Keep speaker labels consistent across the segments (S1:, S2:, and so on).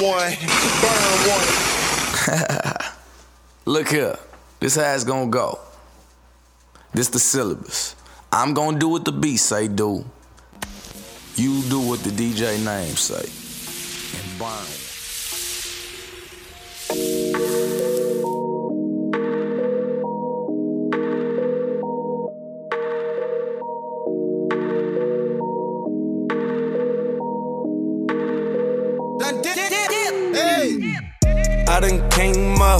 S1: one, burn one.
S2: Look here. This how it's gonna go. This the syllabus. I'm gonna do what the beat say do. You do what the DJ name say. And burn.
S3: I done came up,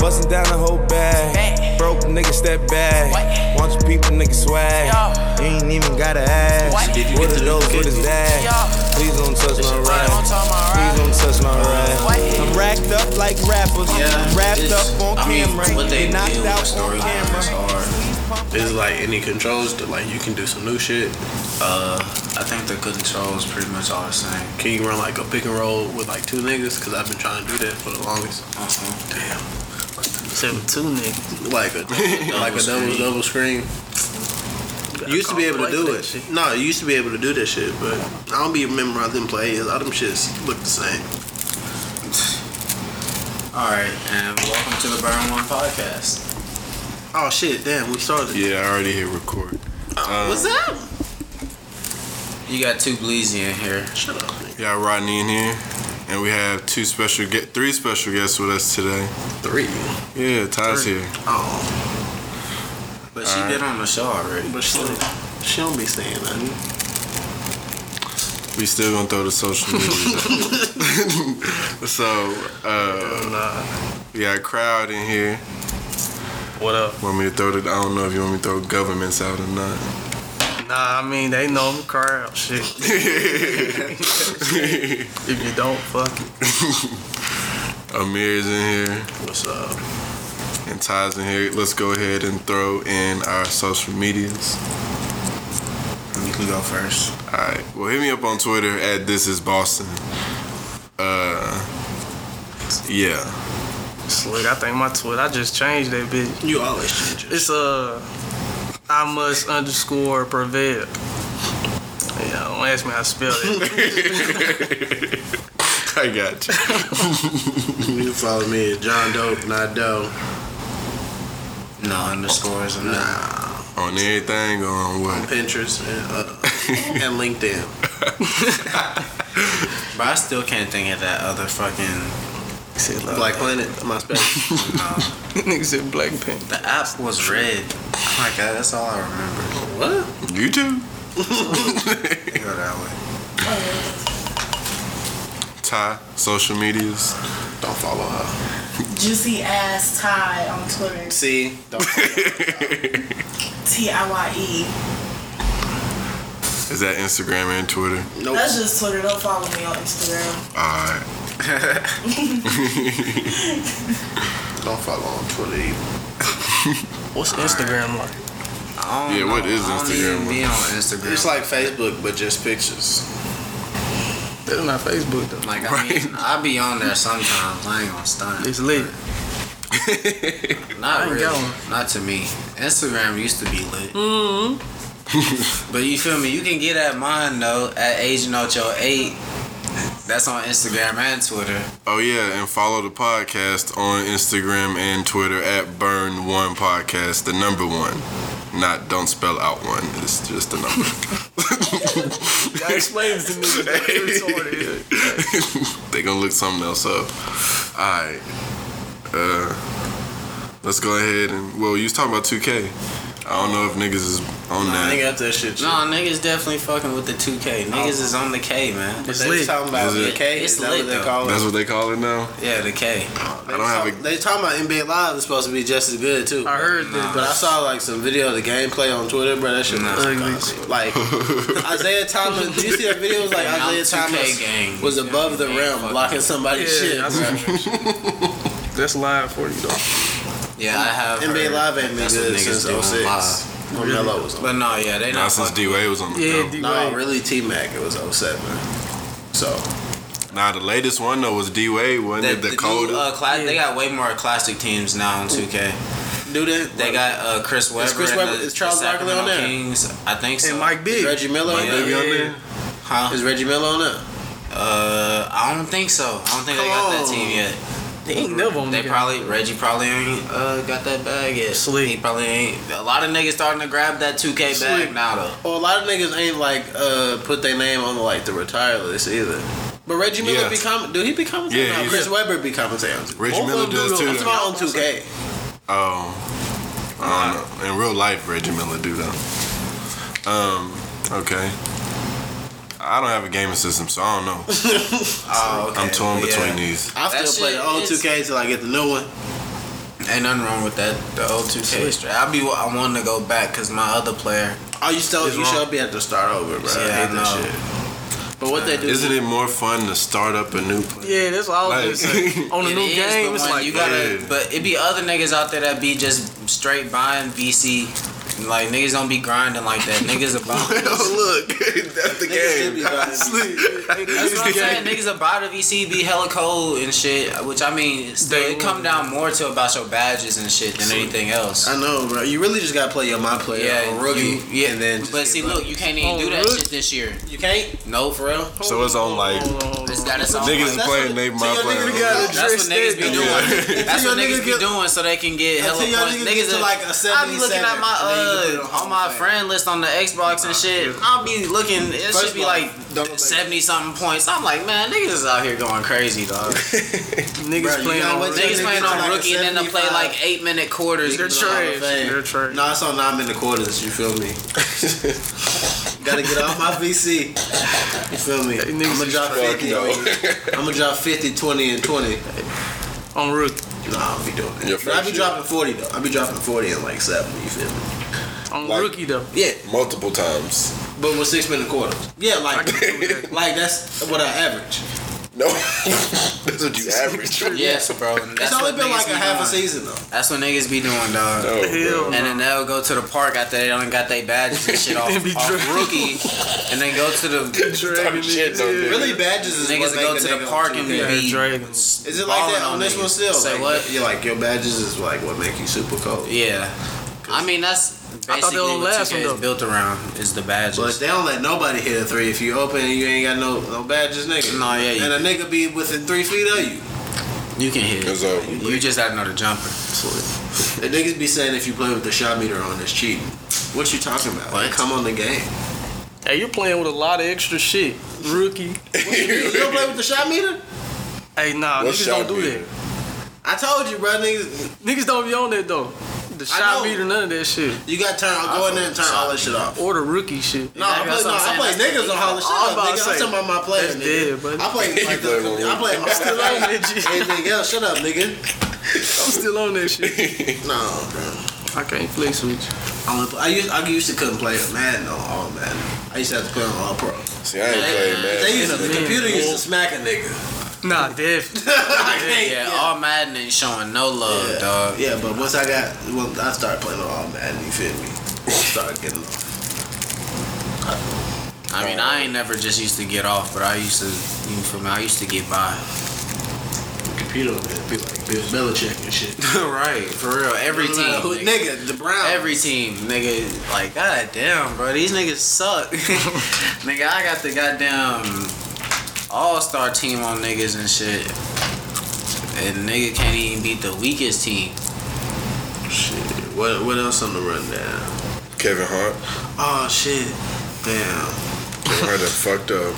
S3: bustin' down the whole bag.
S4: Back.
S3: Broke nigga step back.
S4: What?
S3: Watch people nigga swag.
S4: Yo.
S3: You ain't even gotta ask.
S4: What?
S3: What are those? What is that?
S4: Yo.
S3: Please don't touch my
S4: right on top of my
S3: ride.
S4: ride.
S3: Please don't touch my
S4: What?
S3: ride. I'm racked up like rappers.
S5: Yeah,
S3: Wrapped
S5: it's-
S3: up on
S5: I mean,
S3: camera.
S5: what they
S3: Get knocked
S5: do with
S3: out on
S5: storyline
S3: camera.
S5: is hard. There's like any controls that like you can do some new shit.
S6: Uh, I think the controls pretty much all the same.
S5: Can you run like a pick and roll with like two niggas? Cause I've been trying to do that for the longest.
S6: Uh-huh.
S5: Damn.
S6: Seven two niggas.
S5: Like a like a double
S6: screen.
S5: double screen. You used to be able to do it. No, you used to be able to do that shit, but I don't be remember how them plays. All them shits look the same.
S6: All right, and welcome to the Burn One podcast.
S5: Oh shit! Damn, we started.
S7: Yeah, I already hit record.
S5: What's up?
S6: You got two Bleezy in here.
S5: Shut up. nigga.
S7: We got Rodney in here, and we have two special, ge- three special guests with us today.
S5: Three.
S7: Yeah, Ty's here.
S5: Oh,
S6: But she been on the show already.
S5: but she don't, she don't be saying nothing.
S7: We still gonna throw the social media. so, uh, we got crowd in here.
S8: What up?
S7: Want me to throw the? I don't know if you want me to throw governments out or not.
S8: Nah, I mean they know I'm crowd shit. if you don't, fuck it.
S7: Amir's in here,
S5: What's up?
S7: and Ty's in here. Let's go ahead and throw in our social medias.
S6: You can go first.
S7: Alright, well hit me up on Twitter at this is Boston. Uh yeah.
S8: Slick. I think my Twitter. I just changed that bitch.
S5: You always change it.
S8: It's uh, I must underscore prevail. Yeah, don't ask me how to spell it.
S7: I got you.
S5: You can follow me at John Dope, not Doe.
S6: No underscores or nothing.
S5: Nah,
S7: on everything or on
S5: on
S7: what?
S5: Pinterest and, uh, and LinkedIn.
S6: But I still can't think of that other fucking.
S5: Black Planet, my space.
S8: Nigga said Blackpink.
S6: The app was red. Oh my god, that's all I remember.
S5: what?
S7: YouTube?
S6: Go that way.
S7: Ty, social medias.
S5: Don't follow her.
S9: Juicy ass Ty on Twitter.
S5: See? Don't
S9: T I Y E.
S7: Is that Instagram and Twitter?
S5: nope.
S9: That's just Twitter. Don't follow me on Instagram.
S7: Alright.
S5: Don't follow on Twitter either.
S8: What's Instagram like?
S6: I don't
S7: Yeah, what
S6: know.
S7: is
S6: I don't
S7: Instagram,
S6: even
S7: bro?
S6: be on Instagram.
S5: It's like Facebook, but just pictures.
S8: That's not Facebook though.
S6: Like, I mean, I be on there sometimes. I ain't gonna stunt.
S8: It's lit. I
S6: Not
S8: ain't
S6: really.
S8: got one.
S6: Not to me. Instagram used to be lit. Mm-hmm. but you feel me? You can get at mine though at Asian Ocho Eight. That's on Instagram and Twitter.
S7: Oh yeah, and follow the podcast on Instagram and Twitter at Burn One Podcast, the number one. Not don't spell out one. It's just the number.
S8: That explains to me. That's retarded.
S7: they gonna look something else up. Alright. Uh let's go ahead and well you was talking about 2K. I don't know if niggas is on
S5: I ain't
S7: that.
S5: got that shit.
S6: No, niggas definitely fucking with the 2K. Niggas is on the K, man.
S5: But
S8: It's
S5: they was
S8: lit.
S5: talking about
S7: Is it-
S5: the K.
S6: It's
S5: Is that
S6: lit,
S5: what they
S6: though.
S5: call it?
S7: That's what they call it now?
S6: Yeah, the K.
S5: They
S7: I don't
S5: was
S7: have
S5: talk-
S7: a-
S5: They talking about NBA Live is supposed to be just as good too.
S8: I heard that.
S5: But I saw like some video of the gameplay on Twitter, bro. That shit
S6: Nah.
S5: was ugly. Like Isaiah Thomas, did you see that video? It was like
S6: I'm
S5: Isaiah
S6: 2K
S5: Thomas
S6: gang.
S5: was above the
S6: Yeah,
S5: rim,
S6: fuck
S5: blocking somebody's shit.
S8: Yeah, I
S5: bro.
S8: saw that. That's live for you though.
S6: Yeah, I have.
S5: NBA
S6: heard
S5: Live ain't been
S6: that's what
S5: good
S6: niggas
S5: since
S6: do on
S5: 06.
S6: live.
S5: When Melo was on.
S6: But no, yeah, they
S7: Nah,
S6: not.
S7: since
S6: Fucking,
S7: D Wade was on the
S8: Yeah,
S7: yeah,
S8: D
S5: No,
S8: Wade.
S5: really, T Mac. It was 07. So
S7: Nah, the latest one though was D Wade, wasn't
S6: the,
S7: it? The,
S6: the
S7: coldest.
S6: new, uh, cla- They got way more classic teams now on 2K.
S5: do that.
S6: They got uh, Chris Webber.
S5: Chris
S6: and
S5: Webber-
S6: the-
S5: is Charles
S6: the
S5: Barkley on
S6: Sacramento
S5: there?
S6: Kings. I think so.
S8: And Mike Big.
S5: Reggie Miller.
S6: Mike
S5: on
S7: Maybe
S5: there?
S7: on
S8: yeah.
S7: there?
S6: Huh?
S5: Is Reggie Miller on there?
S6: Uh, I don't think so. I don't think they got that team yet.
S8: They ain't never on
S6: They
S8: the-
S6: probably Reggie probably ain't uh, got that bag yet.
S8: Sleep.
S6: He probably ain't. A lot of niggas starting to grab that 2K
S5: Sleep.
S6: bag now though.
S5: Well, a lot of niggas ain't like uh put their name on like the retire list either. But Reggie Miller
S7: Yeah.
S5: be comment. Do he be commentating?
S7: Yeah,
S5: Yeah,
S7: he's-
S5: Chris Webber be commentating.
S7: Reggie Miller does too,
S5: I'm
S7: though.
S5: talking on 2K.
S7: Oh, I
S6: Uh,
S7: don't know. In real life, Reggie Miller do though. Um, okay. I don't have a gaming system, so I don't know.
S6: Oh, okay.
S7: I'm torn
S6: Yeah.
S7: between these.
S5: I
S6: That
S5: still play the
S6: shit
S5: old
S6: is-
S5: 2K till I get the new one.
S6: Ain't nothing wrong with that. The old 2K. straight. I be I want to go back because my other player.
S5: Oh, you still
S6: It's
S5: you
S6: wrong.
S5: should be have to start over, bro.
S6: Yeah,
S5: I hate
S6: I
S5: that
S6: know.
S5: shit. But what they do?
S7: Isn't it more fun to start up a new play?
S8: Yeah, that's what I was
S7: Like-
S8: gonna say. On a
S6: It
S8: new
S6: is
S8: game,
S6: the
S8: it's
S6: one
S8: like
S6: you gotta.
S7: Yeah.
S6: But it be other niggas out there that be just straight buying VC. Like niggas don't be grinding like that. Niggas about.
S7: look, that's the
S5: should be buying
S6: That's what I'm saying. Niggas about the VC be hella cold and shit. Which I mean, still,
S8: They-
S6: it come down more to about your badges and shit than anything else.
S5: I know, bro. You really just gotta play your my player
S6: Yeah,
S5: or rookie,
S6: you- yeah.
S5: and then. just
S6: But
S5: get
S6: see,
S5: lucky.
S6: look, you can't even
S8: Oh,
S6: do that
S8: really?
S6: shit this year.
S5: you can't.
S6: No, for real.
S7: So it's on like
S8: Hold on, hold on.
S6: It's got its own.
S7: niggas
S5: That's
S7: playing
S5: what-
S7: they
S5: so
S7: my
S5: your nigga
S7: player.
S5: gotta
S6: That's what niggas be doing. That's
S5: Until
S6: what
S5: your
S6: niggas
S5: nigga
S6: be
S5: get-
S6: doing so they can get hella
S5: Until your
S6: points.
S5: nigga get
S6: Niggas
S5: to,
S6: are-
S5: like, a
S6: I be looking at
S5: 77, and then you
S6: my
S5: put it
S6: uh,
S5: on
S6: on my
S5: the
S6: friend list on the Xbox and shit. I'll be looking. It
S5: First
S6: should be
S5: of all,
S6: like
S5: don't play.
S6: seventy something points. I'm like, man, niggas is out here going crazy, dog.
S8: niggas
S5: Bro, you
S8: playing
S5: gotta
S8: on
S5: wait till
S8: niggas.
S6: Niggas
S5: nigga
S6: playing
S5: get
S6: on
S5: to, like, a
S6: rookie and then they play
S5: 75.
S6: like eight minute quarters.
S8: They're
S6: Even though I'm a
S8: trash.
S6: fan.
S8: They're trash.
S5: No, it's on nine minute quarters. You feel me? Gotta get off my VC. You feel me? I'm gonna drop
S7: Fuck
S5: 50.
S7: no.
S5: I'm gonna drop 50, 20, and 20.
S8: On rookie.
S5: Nah, I don't be doing
S7: Your
S5: that. But I
S7: first
S5: be
S7: year.
S5: dropping 40, though. I be dropping 40 and like 70, you feel me?
S8: On
S7: Like-
S8: rookie though.
S5: Yeah,
S7: Multiple times.
S5: but with six minute quarters. Yeah, like, like that's what I average.
S7: No, that's what you average.
S6: Yes, bro. and that's
S5: it's only
S6: what
S5: been
S6: niggas
S5: like a
S6: be
S5: half a
S6: doing.
S5: season, though.
S6: That's what niggas be doing, dog.
S7: No, bro.
S8: Hell
S6: And then they'll go to the park after they done got their badges and shit off,
S8: They be
S6: off
S8: drunk.
S6: rookie, and then go to the
S8: Dragon
S7: shit,
S8: niggas,
S7: though,
S8: yeah.
S7: dude.
S5: Really, badges is
S6: niggas
S5: what
S6: go
S5: make a
S6: to the
S5: nigga
S6: park
S5: on
S6: and
S5: 2K.
S6: be
S8: Yeah, dragons.
S5: Is it like that
S6: balling
S5: on this
S6: niggas.
S5: one still?
S6: Say
S5: like,
S6: what?
S5: You're like your badges is like what make you super cold.
S6: Yeah, I mean that's
S8: I thought they
S6: basically
S8: were the
S6: what
S8: last
S6: 2K
S8: one,
S6: is
S8: though.
S6: built around is the badges.
S5: But they don't let nobody hit a three if you open and you ain't got no no badges, nigga.
S6: No, yeah, you-
S5: And a nigga be within three feet of you.
S6: you can hit
S7: It's
S6: it.
S7: over.
S6: You just gotta know the jumper.
S5: The niggas be saying if you play with the shot meter on, it's cheating. What you talking about?
S6: What?
S5: Come on the game.
S8: Hey, you're playing with a lot of extra shit. Rookie.
S5: you don't play with the shot meter?
S8: Hey, nah,
S7: What
S8: niggas
S7: shot
S8: don't do
S7: meter?
S5: I
S8: that.
S5: told you, bro. Niggas,
S8: Niggas don't be on that though. The
S5: know.
S8: shot meter, none of that shit.
S5: you got to turn. Go in there and turn all that shit off.
S8: Or the rookie shit.
S5: No,
S6: Exactly,
S5: I play,
S6: that's
S5: no,
S6: what
S5: I
S6: I'm
S5: play
S6: saying.
S5: niggas on Hollis shit.
S8: I'm
S5: up,
S8: about to
S5: Nigga, I'm
S8: say,
S5: talking about my players,
S8: that's
S5: nigga.
S8: dead, buddy.
S5: I play like
S7: play
S5: the, I play I'm still on anything else. Shut up, nigga.
S8: I'm still on that shit.
S5: No, bro.
S8: I can't flex with you.
S5: I, only, I used I used to couldn't play Madden on all Madden. I used to have to play on all pro.
S7: See, I ain't playing
S5: They
S7: man.
S5: used to, the computer used to smack a nigga.
S8: Nah, definitely.
S5: I can't.
S6: Yeah, all Madden ain't showing no love, dog.
S5: Yeah, but once I got, once I started playing on all Madden, you feel me? Started getting.
S6: I mean, I ain't never just used to get off, but I used to, you feel me? I used to get by.
S5: computer on it. Be like Bill Belichick and shit.
S6: right, for real. Every team,
S5: Who-
S6: nigga.
S5: nigga, the Browns.
S6: Every team, nigga, like god damn, bro, these niggas suck. nigga, I got the goddamn all star team on niggas and shit, and nigga can't even beat the weakest team.
S5: shit. What what else on the rundown?
S7: Kevin Hart.
S5: Oh shit. Damn.
S7: Kevin Hart done fucked up.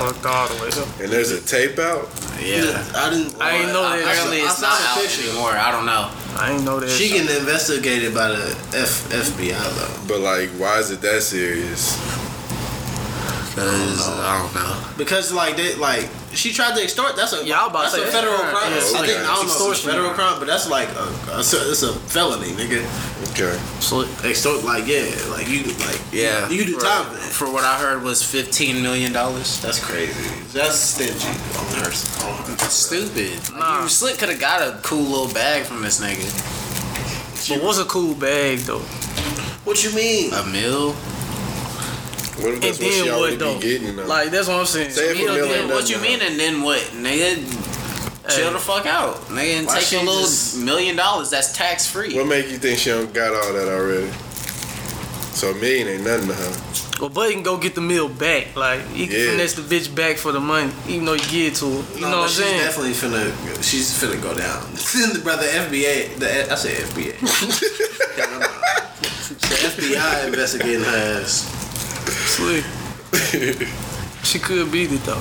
S8: Fucked all the way up.
S7: And there's a tape out.
S6: Yeah,
S5: I didn't.
S8: I ain't know that.
S6: apparently
S5: I
S6: it's
S5: saw
S6: not
S5: the
S6: out
S5: picture.
S6: anymore. I don't know.
S8: I ain't know that
S5: She
S8: shit.
S5: getting investigated by the F, FBI though.
S7: But like, why is it that serious?
S6: Cause I don't know.
S5: Because like they like she tried to extort. That's a
S8: Yeah, I was about
S5: that's
S8: to
S5: a
S8: say,
S5: federal
S8: yeah,
S5: crime.
S8: yeah, it's
S5: I
S7: like
S5: think
S7: a
S5: I don't know if it's a
S8: extortion.
S5: federal crime, but that's like a, a it's a felony, nigga.
S7: Okay.
S8: Slick.
S5: Extort like yeah, like you like
S6: Yeah,
S5: you do
S6: for,
S5: time for that.
S6: For what I heard was fifteen million dollars.
S5: That's crazy. That's stingy on her. On her.
S6: Stupid. Like,
S8: Nah.
S6: You slick could have got a cool little bag from this nigga.
S8: But what's a cool bag though?
S5: What you mean?
S6: A meal.
S7: What if
S8: And
S7: that's what she
S8: then
S7: already
S8: what
S7: be
S8: though?
S7: getting? Though?
S8: Like that's what I'm saying.
S7: Say if
S6: You
S7: a
S6: know,
S7: million
S6: then what you
S7: doesn't
S6: mean and then what, nigga? Chill the fuck out, nigga, and
S5: Why
S6: take your
S5: she
S6: little
S5: just-
S6: million dollars. That's tax free.
S7: What make you think she don't got all that already? So a million ain't nothing to her.
S8: Well, Bud can go get the meal back. Like he can
S7: Yeah.
S8: finesse the bitch back for the money, even though you give it to her. You
S5: No,
S8: know what
S5: but
S8: I'm
S5: she's
S8: saying?
S5: definitely finna. She's finna go down. Then the brother FBI. The I said FBI. the FBI investigating her ass.
S8: Slick. she could beat it though.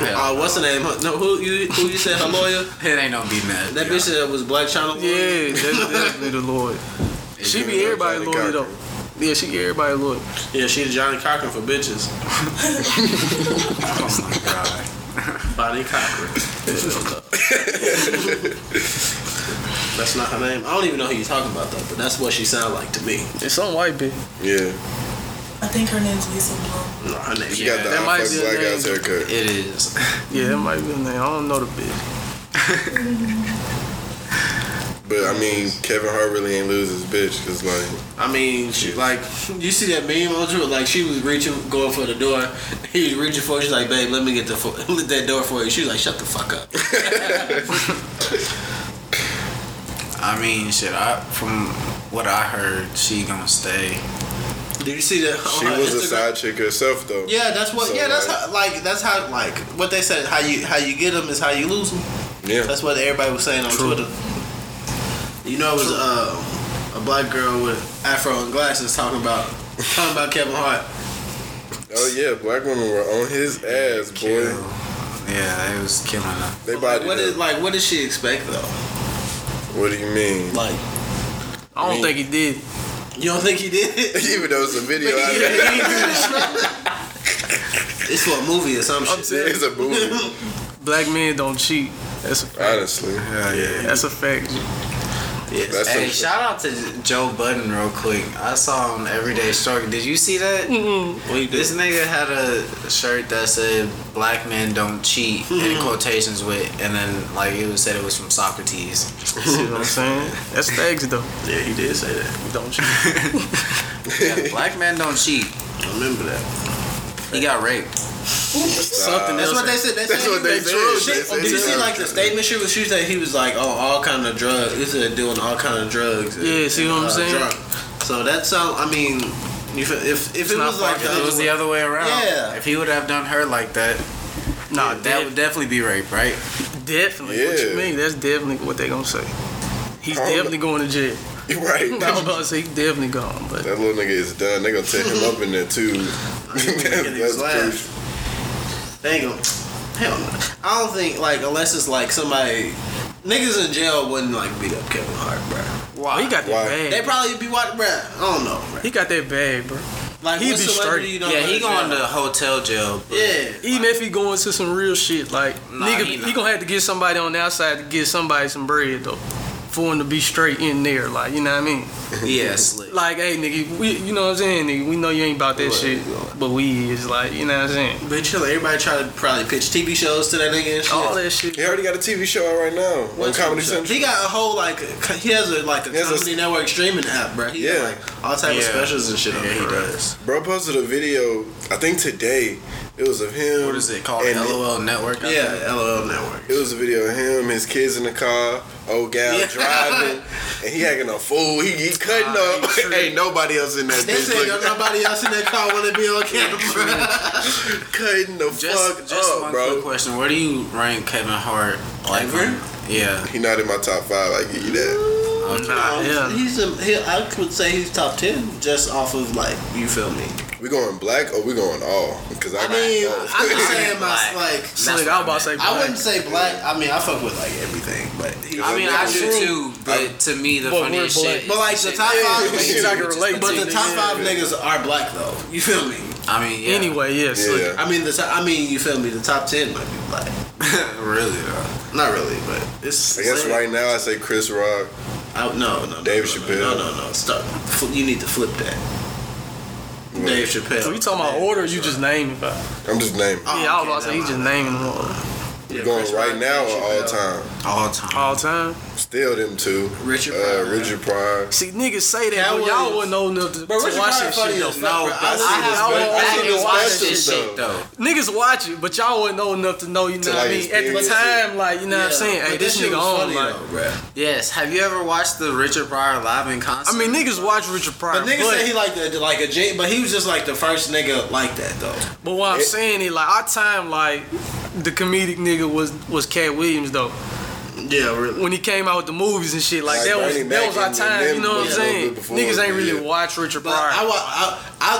S5: Uh, what's the name? No, who you who you said her lawyer?
S6: It ain't no be mad.
S5: That bitch that was Black China. lawyer?
S8: Yeah, that's definitely the Lord. She be everybody Lord though. Yeah, she get everybody Lord.
S5: Yeah, she the Johnny Cochran for bitches.
S6: Oh my god.
S5: Bonnie Cochran. that's not her name. I don't even know who you're talking about though, but that's what she sounded like to me.
S8: It's some white bitch.
S7: Yeah.
S9: I think her name's Lisa Bloom.
S5: No, her name.
S7: She
S5: Yeah.
S7: got the
S8: that
S7: I
S8: might
S7: fuck
S8: be a
S7: black
S8: name.
S7: ass haircut.
S6: It is.
S8: Yeah, that might be her name. I don't know the bitch.
S7: But I mean, Kevin Hart really ain't lose his bitch because like
S5: I mean, she, like you see that meme on Drew, like she was reaching, going for the door. He was reaching for. it. She's like, "Babe, let me get the fo- let that door for you." She's like, "Shut the fuck up."
S6: I mean, shit. I from what I heard, she gonna stay.
S5: Did you see that? on
S7: she
S5: her
S7: was a
S5: Instagram?
S7: side chick herself though.
S5: Yeah, that's what.
S7: So,
S5: yeah, that's
S7: like-
S5: how. Like that's how. Like what they said. How you how you get them is how you lose them.
S7: Yeah.
S5: That's what everybody was saying on Twitter. You know, it was uh, a black girl with afro and glasses talking about talking about Kevin Hart.
S7: Oh yeah, black women were on his ass, boy.
S6: Kill. Yeah, it was killing her.
S7: They
S5: Like,
S7: body.
S5: what is like? What did she expect though?
S7: What do you mean?
S5: Like
S8: I don't
S7: Me.
S8: think he did.
S5: you don't think he did?
S7: Even though it's a video, out there,
S5: it's for a movie or some shit.
S7: it's a movie.
S8: Black men don't cheat. That's a fact.
S7: Honestly,
S6: Hell yeah.
S8: That's a fact.
S7: that's
S6: Hey,
S7: some-
S6: shout out to Joe Budden real quick. I saw him everyday story. Did you see that?
S7: Mm-hmm.
S6: This nigga had a shirt that said "Black men don't cheat"
S7: Mm-hmm.
S6: in quotations with, and then like it was said it was from Socrates.
S8: See what I'm saying? That's facts though.
S5: Yeah, he did say that.
S8: Don't cheat.
S6: Yeah, black men don't cheat.
S5: I remember that.
S6: He got raped.
S8: Something
S5: That's
S8: else.
S5: what they said. They
S7: That's
S5: said
S7: what
S5: he
S7: they
S5: was-
S7: drew.
S5: Shit,
S7: They said
S5: Did you
S7: he
S5: see
S7: was-
S5: like the statement she was? She said he was like, oh, all kind of drugs. He said doing all kind of drugs. and-
S8: Yeah, see what
S5: and, uh,
S8: I'm saying?
S5: drunk. So that's how. I mean, you feel, if if it
S8: not
S5: was like
S6: If
S5: the
S8: fucking-
S6: it
S5: other
S6: was
S5: way-
S6: the other way around.
S5: Yeah.
S6: If he would have done her like that,
S8: Nah,
S6: that would definitely be rape, right?
S8: Definitely. What
S7: Yeah.
S8: you mean? That's definitely what they gonna say. He's
S7: I don't
S8: definitely going to jail.
S7: You're right.
S8: I was about to say he's definitely gone, but
S7: That little nigga is done. They gonna tear him up in there too.
S5: making
S7: that's
S5: his laugh.
S7: crazy.
S5: They ain't gonna. Hell no. I don't think like unless it's like somebody. Niggas in jail wouldn't like beat up Kevin Hart, bro.
S8: he got that
S7: Why?
S8: bag.
S5: They probably be watching, bro. I don't know, bro.
S8: he got that bag, bro.
S5: Like
S8: He'd
S5: what
S8: be
S5: celebrity
S8: straight.
S5: You don't
S6: yeah,
S5: know
S6: he
S5: is
S6: going
S5: jail?
S6: to hotel jail. but-
S5: Yeah.
S8: Even if he going to some real shit, like
S6: Nah,
S8: nigga,
S6: he
S8: he,
S6: not.
S8: gonna have to get somebody on the outside to get somebody some bread though, for him to be straight in there. Like you know what I mean?
S6: Yeah, slick.
S8: Like hey nigga, we you know what I'm saying? Nigga, we know you ain't about that shit, but we is like you know what I'm saying?
S5: But chill, everybody try to probably pitch TV shows to that nigga and shit.
S8: All that shit.
S7: He already got a TV show out right now on Comedy Central.
S5: He got a whole like a- he has a like a
S7: He has a-
S5: comedy network streaming app, bro. He
S7: Yeah.
S5: got, like all type of
S6: Yeah.
S5: specials and shit on
S6: Yeah, he
S5: there, bro.
S6: does.
S7: Bro posted a video. I think today. It was of him.
S6: What is it called?
S7: and
S6: LOL Network. I think?
S5: Yeah, LOL network.
S7: It was a video of him, his kids in the car, old gal
S5: Yeah.
S7: driving, and he acting a fool. He, he cutting up. Ain't nobody else in that
S5: They
S7: bitch
S5: said don't
S7: looking,
S5: nobody else in that car want to be on camera.
S7: cutting the
S6: Just,
S7: fuck
S6: just
S7: up,
S6: one
S7: bro.
S6: quick question. Where do you rank Kevin Hart? Like,
S5: Ever?
S6: yeah.
S7: He not in my top five. I give you that.
S8: Nah,
S5: Um,
S8: yeah.
S5: He's a, he, I would say he's top ten just off of like you feel me.
S7: We going black or we going all? Because I,
S5: I
S7: got
S5: mean,
S7: all.
S5: I'm just saying my
S6: Black.
S5: like.
S8: So, like, I was about to say,
S5: I
S8: black.
S5: wouldn't say black. I mean, I fuck with like everything, but he,
S6: I mean, I do too, but to me, the
S8: But we're
S6: funniest
S8: black.
S6: shit. is
S5: But like the
S6: shit
S5: top
S6: that-
S5: five,
S8: Shit I can relate
S5: but
S8: to,
S5: the top
S8: nigga.
S5: five niggas are black though. You feel me?
S6: I mean, yeah.
S8: Anyway, yes. Yeah,
S7: yeah.
S5: I mean, the top, I mean, you feel me? The top ten might be black.
S6: really though.
S5: Not really, but it's.
S7: I guess right now I say Chris Rock.
S5: I, no, no, no,
S7: Dave
S5: no, no,
S7: Chappelle.
S5: No, no, no. Stop. Fl- You need to flip that. Dave Chappelle.
S8: So you talking about order? Or you just naming? But
S7: I'm just naming.
S5: Oh,
S8: yeah, I was
S5: okay,
S8: about to say he
S5: never
S8: just
S5: mind.
S8: naming them all.
S5: Yeah,
S7: Going
S5: Chris
S7: right
S5: Rock,
S7: now
S5: Chappelle.
S7: or all time?
S6: All time.
S8: all time.
S7: Still them two.
S6: Richard
S7: Uh,
S6: Pryor.
S7: Richard Pryor.
S8: See, niggas say that,
S5: That
S8: but
S5: was-
S8: y'all wasn't old enough to,
S5: Bro,
S8: to
S5: Richard
S8: watch
S5: Pryor
S8: that
S5: funny
S8: shit.
S5: as fuck,
S6: No,
S5: bro.
S6: I, I
S7: this
S6: have
S7: special-
S6: went
S7: I
S6: back
S7: seen this
S6: and watched
S7: special
S6: this shit though.
S8: Niggas watch it, but y'all wasn't old enough to know. You know
S7: To,
S8: what I
S7: like,
S8: mean? At the
S7: experience
S8: time, like you know what I'm
S5: Yeah,
S8: saying?
S5: but
S8: Hey, this
S5: shit
S8: nigga
S5: was
S8: on.
S5: funny,
S8: Like,
S5: though, bro.
S6: Yes. Have you ever watched the Richard Pryor live in concert?
S8: I mean, niggas watch Richard Pryor,
S5: But
S8: but
S5: niggas say he like the like a J, but he was just like the first nigga like that though.
S8: but what I'm saying is like our time, like the comedic nigga was was Cat Williams though.
S5: Yeah, really.
S8: When he came out with the movies and shit, like,
S7: Like
S8: that was
S7: Bernie
S8: that was
S7: Mac
S8: our
S7: and
S8: time.
S7: them
S8: You know what I'm
S7: was a little
S8: saying?
S7: bit before
S8: Niggas ain't
S7: that,
S8: really
S7: yeah.
S8: watch Richard
S5: But I,
S8: Pryor.
S5: wa- I,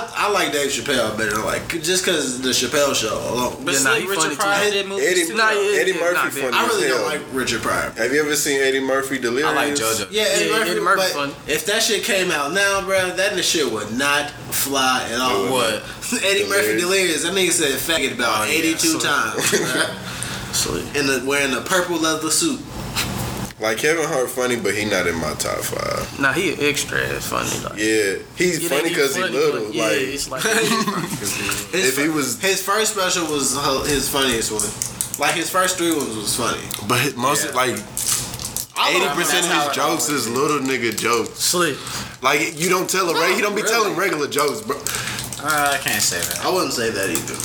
S5: I, I like Dave Chappelle better, like just because the Chappelle show alone.
S6: but
S8: Yeah, nah,
S6: Slick
S8: he funny
S6: Richard
S8: too.
S6: Pryor did movies
S7: Eddie,
S6: too.
S8: Nah,
S6: though.
S8: yeah.
S7: Eddie
S8: nah,
S7: Murphy
S8: nah,
S7: funny
S5: I
S7: as
S5: really
S7: hell.
S5: don't like Richard Pryor.
S7: Have you ever seen Eddie Murphy Delirious?
S6: I like JoJo.
S5: Yeah, Eddie
S8: Yeah,
S5: Murphy.
S8: Eddie Murphy
S5: but
S8: funny.
S5: If that shit came out now, bro, that shit would not fly at all.
S7: It would.
S5: Eddie Murphy delirious.
S7: Delirious.
S5: That nigga said faggot about
S6: Oh, yeah,
S5: 82
S6: so-
S5: times. bruh. In the wearing a purple leather suit.
S7: Like Kevin Hart funny, but he not in my top five.
S8: nah, he an extra ass funny. Like,
S7: Yeah, he's
S8: It ain't
S7: funny because he
S8: funny,
S7: little.
S8: but Yeah,
S7: like
S8: it's like
S5: His
S7: if he was,
S5: His first special was h- his funniest one. Like his first three ones was funny.
S7: but most
S6: Yeah.
S7: like eighty percent of his jokes is little nigga jokes.
S8: slick.
S7: Like you don't tell a reg- he don't be
S5: really.
S7: telling regular jokes, bro.
S6: Uh, I can't say that.
S5: I wouldn't say that either.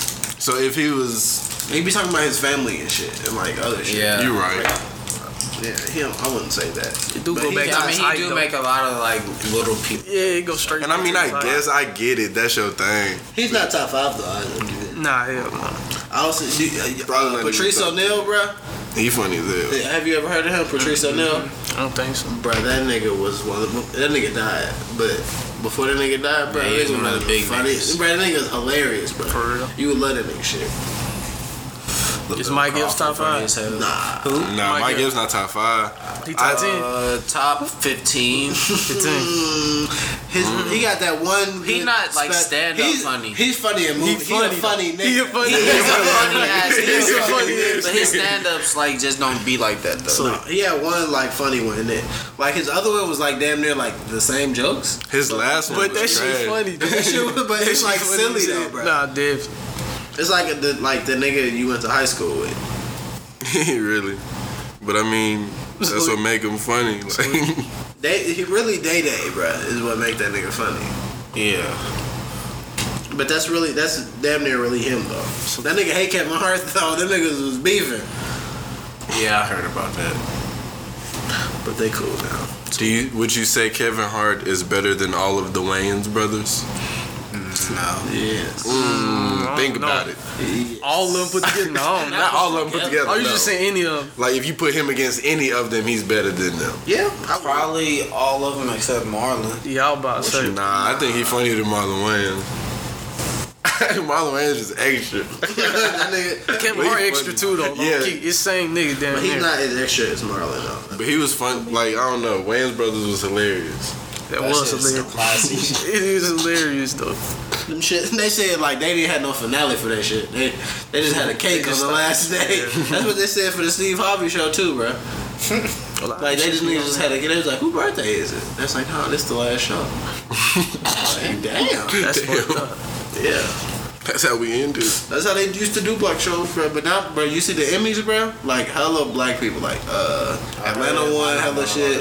S7: So if he was,
S5: He be talking about his family and shit and like other shit.
S6: Yeah.
S7: you right.
S5: yeah. He don't, I wouldn't say that.
S8: It do
S5: But
S8: go
S5: he-
S8: back to
S6: I
S8: his
S6: mean,
S8: height,
S6: he do
S8: though.
S6: make a lot of like little people.
S8: Yeah, it goes straight.
S7: And I mean,
S8: to
S7: I
S8: his height.
S7: guess I get it. That's your thing.
S5: He's not top five though. I don't do that.
S8: Nah, hell no.
S5: I also do,
S7: Probably
S5: uh,
S7: not even
S5: Patrice
S7: top
S5: O'Neal, bro.
S7: He funny as hell.
S5: Have you ever heard of him, Patrice O'Neal?
S8: I don't think so.
S5: Bro, Mm-hmm. that nigga was one of the, that nigga died, but before that nigga died, bro,
S6: Yeah, he
S5: that
S6: was
S5: nigga
S6: one of the big niggas.
S5: funniest. Bro, that nigga was hilarious, bro.
S8: For real.
S5: You would love that nigga shit.
S8: Is Mike Gibbs top five?
S6: Nah.
S5: Nah,
S7: Nah,
S8: Mike
S7: Mike
S8: Gibbs.
S7: Gibbs not top five.
S8: He top
S7: I-
S8: ten.
S6: Uh, top fifteen.
S8: 15.
S5: Mm. his he got that one.
S6: He
S5: good
S6: not, like,
S5: spec-
S6: stand-up
S5: he's-
S6: funny.
S5: He's funny in movies. He's a funny nigga.
S8: He a funny.
S6: He's a funny ass.
S5: He's a
S6: nigga.
S5: funny ass
S6: But his stand ups like just don't be like that though.
S5: No, he had one like funny one in it. Like his other one was like damn near like the same jokes.
S7: His last one
S8: But that
S7: was
S8: shit
S7: trash.
S8: funny. That
S5: That shit was- but it's like
S8: funny
S5: silly
S8: as
S5: though,
S8: hell.
S5: bro.
S8: Nah, Dev.
S5: It's like the like the nigga you went to high school with.
S7: really. But I mean, that's what make him funny. Like,
S5: They he really day day, bro, is what make that nigga funny.
S6: Yeah.
S5: But that's really that's damn near really him though. That nigga hate Kevin Hart though. Them niggas was beefing,
S6: Yeah, I heard about that.
S5: but they cool now.
S7: do you would you say Kevin Hart is better than all of the Wayans brothers?
S6: Mm, No.
S7: Mm,
S5: Yes.
S8: don't
S7: Think
S8: know.
S7: about it.
S8: All of them put together. No,
S7: Not
S8: not.
S7: all of them put together.
S8: Oh, you
S7: no.
S8: just saying any of them?
S7: like if you put him against any of them, he's better than them.
S5: Yeah. I,
S6: Probably all of them except Marlon.
S8: Y'all about to say.
S7: Nah, I think he's funnier than Marlon Wayans. Marlon Wayans is extra.
S5: that nigga.
S8: Kevin
S7: But he
S8: Hart
S7: funny.
S8: extra too though.
S7: Yeah.
S8: Yeah. It's same nigga damn
S5: But he's
S8: near.
S5: not as extra as Marlon though.
S7: But he was fun. Like I don't know, Wayans brothers was hilarious.
S8: That was hilarious.
S6: Classy.
S8: It is hilarious though.
S5: Them shit. They said like they didn't have no finale for that shit. They they just had a cake on the last day. That's what they said for the Steve Harvey show too, bro. Like they just niggas just had a kid. They was like, who birthday is it? That's like, no, this the last show. like, damn.
S8: That's
S7: Damn.
S8: fucked up.
S5: Yeah.
S7: That's how we ended.
S5: That's how they used to do black shows, bro. But now, bro, you see the Emmys, bro. Like hella black people, like uh, Atlanta one, hella shit.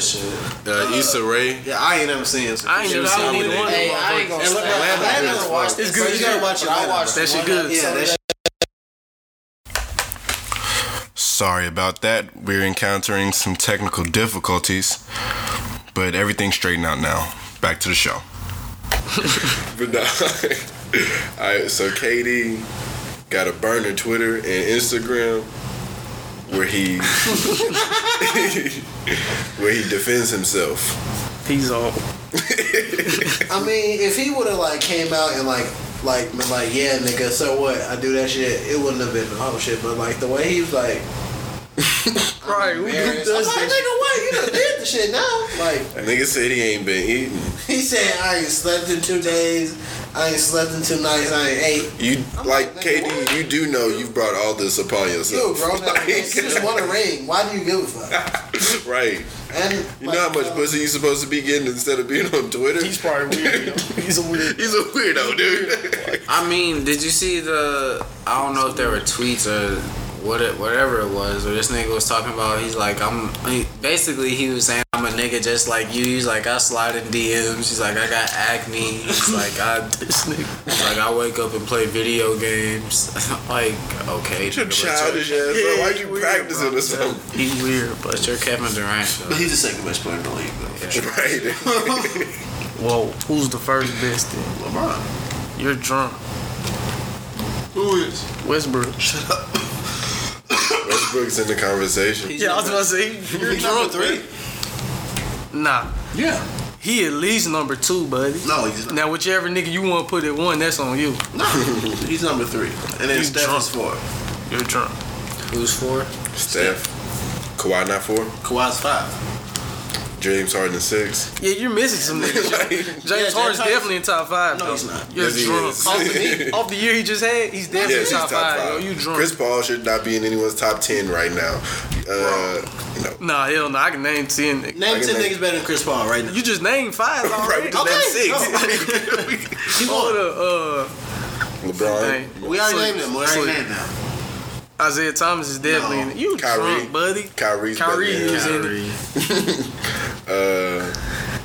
S7: Uh, Issa Rae.
S5: Yeah, I ain't never seen. It,
S8: I ain't never seen either one of
S6: Hey,
S8: them.
S6: I ain't gonna
S5: Hey,
S6: say
S5: look, bro,
S6: that.
S5: Atlanta,
S7: Atlanta
S5: is
S7: watched
S5: It's
S8: it,
S5: good.
S8: but
S5: You gotta watch
S6: but I
S5: Atlanta.
S6: watched
S8: That shit good.
S5: Yeah, that shit.
S7: Sorry about that. We're encountering some technical difficulties, but everything's straightened out now. Back to the show. but no. All right, so KD got a burner Twitter and Instagram where he where he defends himself.
S8: He's all.
S5: I mean, if he would have like came out and like like been like yeah, nigga, so what? I do that shit. It wouldn't have been the whole shit, but like the way he was like.
S8: Right. Who
S5: embarrassed. I'm
S8: does
S5: like,
S8: that?
S5: nigga, what? You done did the shit now? Like,
S7: Nigga said he ain't been eating.
S5: he said, I ain't slept in two days. I ain't slept in two nights. I ain't ate.
S7: You
S5: I'm
S7: like
S5: like, nigga,
S7: KD, you do know you brought all this upon
S5: Yo,
S7: yourself.
S5: bro, like, you just
S7: Like,
S5: want a ring. Why do you give a fuck?
S7: right.
S5: And
S7: You know how much
S5: uh,
S7: pussy you supposed to be getting instead of being on Twitter?
S8: He's probably weird. yo. He's a weird.
S7: He's a weirdo, dude.
S6: I mean, did you see the? I don't know if there were tweets or what it, whatever it was, or this nigga was talking about. He's like, I'm he, basically he was saying I'm a nigga just like you. He's like, I slide in DMs. He's like, I got acne. He's like, I this nigga. He's like, I wake up and play video games. like, okay, nigga,
S7: Your
S6: but
S7: childish ass.
S8: Yeah,
S7: Why
S8: you
S7: you
S8: weird,
S7: practicing
S8: bro.
S7: or something?
S8: He weird,
S6: but
S8: but
S6: you're Kevin Durant.
S5: But
S6: Though.
S5: he's the second best player in the league, though.
S7: Right.
S8: whoa, who's the first best then?
S5: LeBron.
S8: You're drunk.
S5: Who is?
S8: Westbrook.
S7: Westbrook's in the conversation.
S8: Yeah, I was about to say you're drunk.
S5: three.
S8: Nah,
S5: Yeah.
S8: he at least number two, buddy.
S5: No, he's not.
S8: Now whichever nigga you want to put at one, that's on you.
S5: No, he's number three. And then
S8: He's
S5: Steph is four.
S8: You're drunk.
S6: Who's four?
S7: Steph. Kawhi not four.
S5: Kawhi's five.
S7: James Harden six.
S8: Yeah, you're missing some niggas. yo. James
S5: James
S8: Harden's
S5: Harden's-
S8: definitely in top five.
S5: No,
S8: though.
S5: he's not.
S8: You're
S7: Yes, he
S8: drunk.
S7: is.
S8: Off the, off the year he just had, he's definitely
S7: Yes, he's
S8: top, five. Yo, you drunk.
S7: Chris Paul should not be in anyone's top ten right now. Uh, no.
S8: Nah, hell no. I can name ten. niggas.
S5: Name
S7: I can
S5: ten
S7: name-
S5: niggas better than Chris Paul right now.
S8: You just named five
S7: Right, we
S8: already.
S7: just named
S5: Okay,
S7: six.
S8: He won the
S7: LeBron.
S8: Dang.
S5: We already
S8: So-
S5: named them. We already
S8: so-
S5: named them.
S8: uh, Isaiah Thomas is definitely in it. You
S7: Kyrie.
S8: drunk, buddy.
S7: Kyrie's
S8: Kyrie
S7: better than
S8: is in it.
S7: Uh,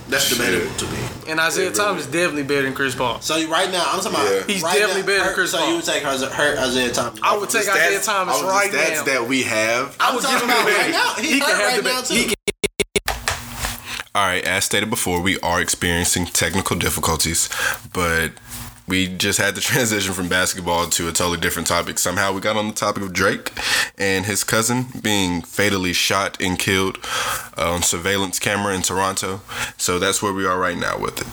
S5: That's
S7: Shit.
S5: debatable to me.
S8: And Isaiah
S7: Yeah,
S8: Thomas is definitely better than Chris Paul.
S5: So you right now, I'm talking
S7: Yeah.
S5: about.
S8: He's
S5: right
S8: definitely
S5: now,
S8: better than
S5: her-
S8: Chris
S5: so
S8: Paul.
S5: you would take her, her Isaiah Thomas.
S8: I would take
S7: the
S8: Isaiah
S7: stats-
S8: Thomas
S7: all the
S8: right
S7: stats
S8: now.
S7: that we have.
S8: I
S5: I'm
S8: would give
S5: talking
S8: him
S5: about right
S8: that.
S5: now. He, hurt right
S8: the
S5: now
S8: be-
S5: too.
S8: he can-
S7: All right, as stated before, we are experiencing technical difficulties, but we just had to transition from basketball to a totally different topic. Somehow we got on the topic of Drake and his cousin being fatally shot and killed uh, on surveillance camera in Toronto. So that's where we are right now with it.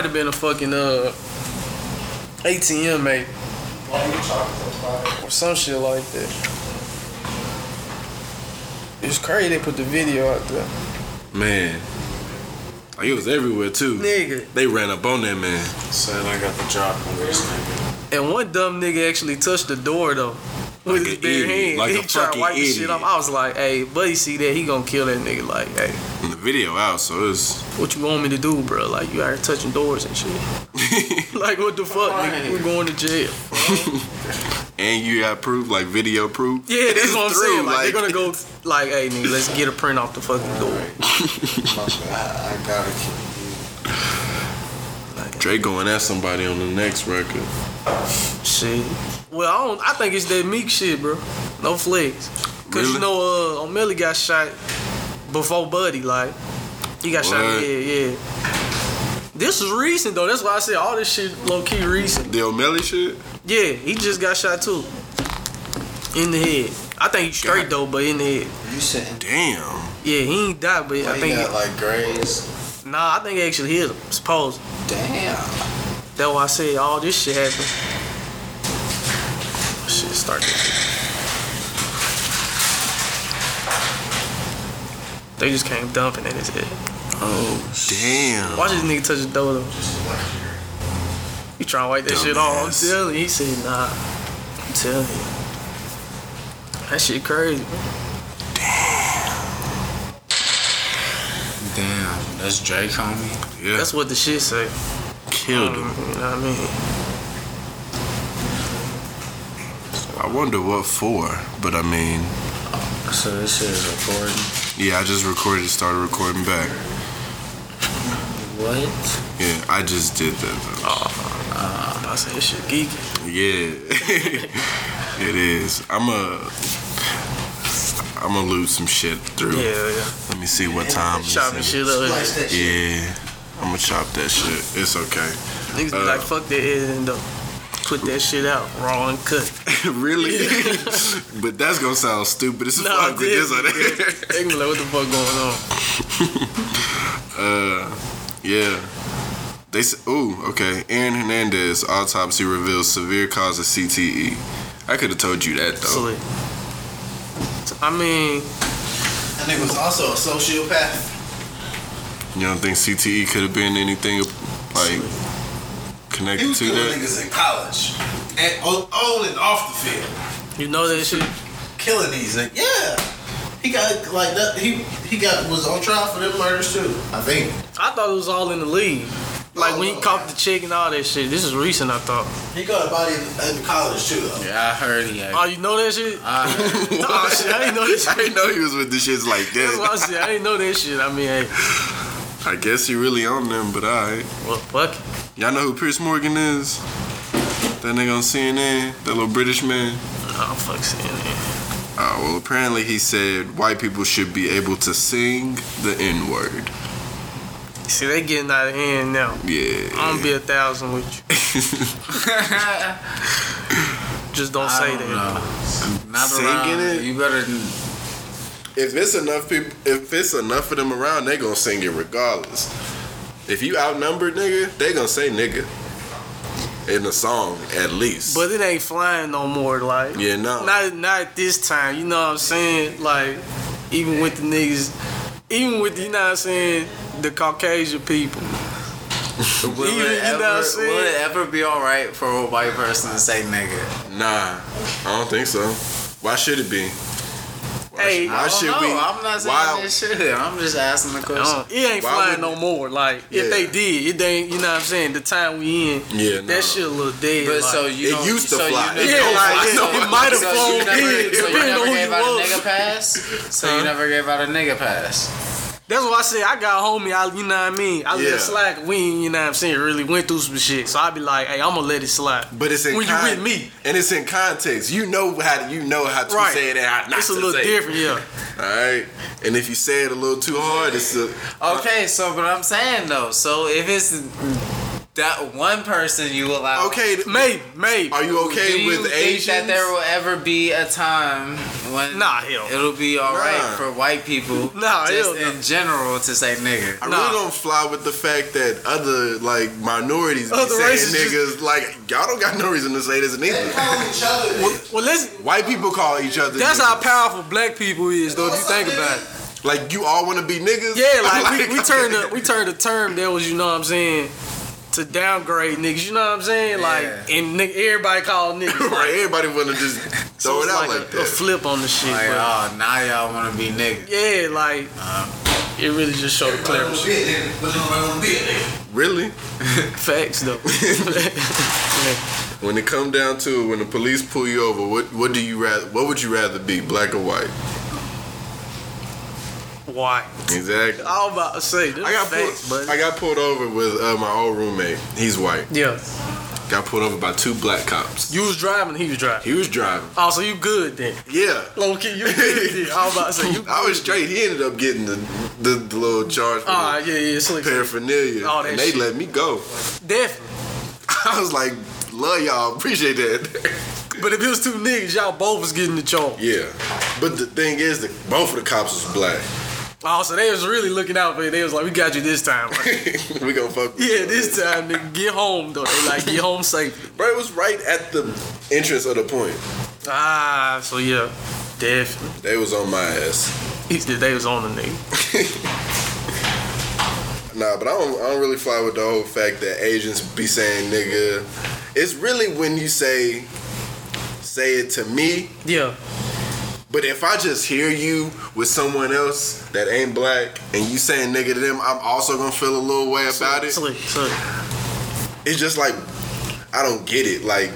S8: Might have been a fucking uh ATM mate. Or some shit like that. It's crazy they put the video out there.
S7: Man, like it was everywhere too.
S8: Nigga.
S7: They ran up on that man.
S6: Said I got the drop on this nigga.
S8: And one dumb nigga actually touched the door though. With
S7: Like
S8: his
S7: an
S8: bare
S7: idiot.
S8: hand.
S7: Like
S8: he
S7: a
S8: tried to
S7: fucking
S8: wipe the shit
S7: idiot.
S8: off. I was like, hey, buddy see that, he gonna kill that nigga. Like, hey,
S7: And the video out, so it's
S8: what you want me to do, bro? Like you out here touching doors and shit. like what the fuck, nigga? We going to jail.
S7: and you got proof, like video proof.
S8: Yeah, that's what I'm
S7: Through,
S8: saying. Like,
S7: like-
S8: they're gonna go like, hey nigga, let's get a print off the fucking door.
S6: I, I gotta kill.
S7: Drake going at somebody on the next record.
S8: Shit. Well, I don't. I think it's that Meek shit, bro. No flex. Cause
S7: Really?
S8: you know, uh, O'Malley got shot before Buddy. Like, he got shot.
S7: What?
S8: Yeah, yeah. This is recent though. That's why I said all this shit low key recent.
S7: The O'Malley shit.
S8: Yeah, he just got shot too. In the head. I think he's straight
S7: God.
S8: though, but in the head.
S6: You sitting?
S7: Damn.
S8: Yeah, he ain't died, but I think.
S6: like grays.
S8: nah, I think he actually hit him. Suppose.
S6: Damn.
S8: That's why I said all this shit happened. Shit, start this. They just came dumping in his head.
S7: Oh, Damn.
S8: Watch this nigga touch the door though. He trying to wipe that shit off. I'm
S7: Dumbass.
S8: telling you. He said, nah. I'm telling you. That shit crazy.
S6: Damn. That's Drake, homie.
S7: Yeah.
S8: That's what the shit say.
S7: killed
S8: Um, you know what I mean?
S7: I wonder what for. But I mean,
S6: So this shit is recording.
S7: yeah, I just recorded, started recording back.
S6: What?
S7: Yeah, I just did that.
S8: I said, this shit geeky.
S7: Though. Yeah. it is. I'm a. I'm gonna lose some shit through.
S8: Yeah, yeah.
S7: Let me see what time. this
S8: Chopping
S7: is.
S8: shit up.
S7: Yeah. I'm gonna chop that shit. It's okay.
S8: Niggas be
S7: Uh,
S8: like, fuck that editing though. Put that shit out raw and cut.
S7: really? but that's gonna sound stupid as
S8: Nah,
S7: fuck with this on there.
S8: They gonna be like, what the fuck going on?
S7: Uh, Yeah. They s ooh, okay. Aaron Hernandez autopsy reveals severe cause of CTE. I could have told you that though.
S8: Slick. I mean,
S5: That nigga was also a sociopath.
S7: You don't think CTE could have been anything
S5: He
S7: like connected
S5: was
S7: to
S5: killing
S7: that?
S5: niggas in college, and on, on and off the field,
S8: you know that shit.
S5: killing these. Niggas. Yeah, he got like that. He he got was on trial for them murders too. I think.
S8: I thought it was all in the league. Like
S7: Oh,
S8: when he caught the chick and all that shit. This is recent, I thought.
S5: He got a body in, in college too, though.
S6: Yeah, I heard he had.
S8: Oh, you know that shit?
S6: I heard.
S8: Nah, shit, I didn't know that shit.
S7: Ah. I didn't know he was with the shits like
S8: That's what I
S7: that.
S8: said. I didn't know that shit. I mean, hey,
S7: I guess he really on them, but alright.
S8: well, fuck. it.
S7: Y'all know who Pierce Morgan is? That nigga on CNN, that little British man.
S8: Oh, fuck CNN.
S7: Uh, well, apparently he said white people should be able to sing the N word.
S8: See, they getting out of hand now.
S7: Yeah.
S8: I'm gonna be a thousand with you. Just don't say that.
S6: that. Not
S7: Singing
S6: around.
S7: it?
S6: You better.
S7: if it's enough people, if it's enough of them around, they gonna sing it regardless. If you outnumbered, nigga, they gonna say nigga in the song at least.
S8: But it ain't flying no more. Like
S7: yeah, no.
S8: not not this time. You know what I'm saying? Like even with the niggas, even with you know what I'm saying the Caucasian people.
S6: Will
S8: You- you
S6: it,
S8: know
S6: ever,
S8: what I'm
S6: will it
S8: saying?
S6: ever be alright for a white person to say nigga?
S7: Nah, I don't think so. Why should it be? Why,
S8: Hey,
S7: why
S6: I don't
S7: should
S6: know.
S7: we?
S6: I'm not saying
S7: why-
S6: that shit. I'm just asking the question.
S8: Uh, it ain't
S7: Why
S8: flying
S7: would-
S8: no more. Like
S7: Yeah.
S8: if they did, it ain't. You know what I'm saying? The time we in,
S7: Yeah, nah.
S8: that shit a little dead.
S6: But
S8: like-
S6: so you
S7: It
S6: don't-
S7: used to
S6: so you
S7: fly.
S6: never-
S7: It
S8: yeah,
S7: don't
S8: like,
S7: fly
S8: it,
S7: no
S8: it
S7: more.
S8: might have
S6: So
S8: flown
S6: you never,
S8: in,
S6: so you
S8: depending
S6: never
S8: on who
S6: gave
S8: you
S6: out a
S8: was.
S6: nigga pass. So
S8: Huh?
S6: you never gave out a nigga pass.
S8: That's why I say I got a homie. I, you know what I mean? I
S7: Yeah.
S8: let it slide. We, ain't, you know what I'm saying, really went through some shit. So I be like, hey, I'm gonna let it slide.
S7: But it's in
S8: when
S7: con-
S8: you with me,
S7: and it's in context. You know how you know how to
S8: right?
S7: say it and how not
S8: it's
S7: to
S8: a little
S7: say it.
S8: different, yeah.
S7: All right, and if you say it a little too hard, it's a
S6: Okay, so but I'm saying though, so if it's that one person you allow,
S7: okay. th-
S8: Maybe, maybe.
S7: Are you
S6: do
S7: okay
S6: you
S7: with
S6: think
S7: Asians?
S6: that there will ever be a time when
S8: Nah, hell.
S6: it'll be all right
S7: Nah.
S6: for white people,
S8: Nah,
S6: just
S8: hell no.
S6: in general to say nigga?
S7: I
S8: Nah.
S7: really don't fly with the fact that other like minorities be
S8: Other
S7: saying
S8: races
S7: niggas like y'all don't got no reason to say this neither.
S5: Call each other.
S8: Well, well, listen.
S7: White people call each other.
S8: That's
S7: niggas.
S8: how powerful black people is, though. If you think about it,
S7: like you all want to be niggas.
S8: yeah, like we, we turned the we turned the term that was, you know what I'm saying, to downgrade niggas. You know what I'm saying? Like,
S6: Yeah.
S8: and nigga, everybody called niggas.
S7: right. Everybody want to just
S8: So
S7: throw it
S8: it's
S7: out
S8: like,
S7: like,
S8: a, a
S7: that.
S8: flip on the shit.
S6: Like,
S8: but-
S6: oh, now y'all want to be nigga?
S8: yeah, like Uh, it really just showed the
S5: Wanna
S8: clarity.
S5: be a nigga, but don't wanna be a nigga.
S7: really?
S8: Facts, though.
S7: When it come down to it, when the police pull you over, what what do you rather? What would you rather be, black or white?
S8: Why?
S7: Exactly.
S8: I was about to say. This
S7: I got
S8: facts,
S7: pulled,
S8: but
S7: I got pulled over with uh, my old roommate. He's white.
S8: yeah,
S7: Got pulled over by two black cops.
S8: you was driving, he was driving.
S7: He was driving.
S8: Oh, so you good then?
S7: Yeah.
S8: Low key, you good? then. I was about to say you.
S7: I was straight. He ended up getting the the, the little charge for
S8: All right, Ah, yeah, yeah, slick.
S7: the paraphernalia,
S8: All that
S7: and they
S8: shit.
S7: let me go.
S8: Definitely.
S7: I was like, "Love y'all, appreciate that."
S8: But if it was two niggas, y'all both was getting the charge.
S7: yeah, but the thing is, that both of the cops was black.
S8: Oh, so they was really looking out for you. They was like, "We got you this time." Like,
S7: we gonna fuck. with
S8: yeah,
S7: you.
S8: this time, nigga, get home though. They like, get home safely.
S7: Bro, it was right at the entrance of the point.
S8: Ah, so yeah, definitely.
S7: They was on my ass.
S8: He said they was on the nigga.
S7: Nah, but I don't, I don't really fly with the whole fact that Asians be saying nigga. It's really when you say say it to me
S8: Yeah.
S7: But if I just hear you with someone else that ain't black and you saying nigga to them, I'm also gonna feel a little way about it.
S8: Slick, slick.
S7: It's just like I don't get it. Like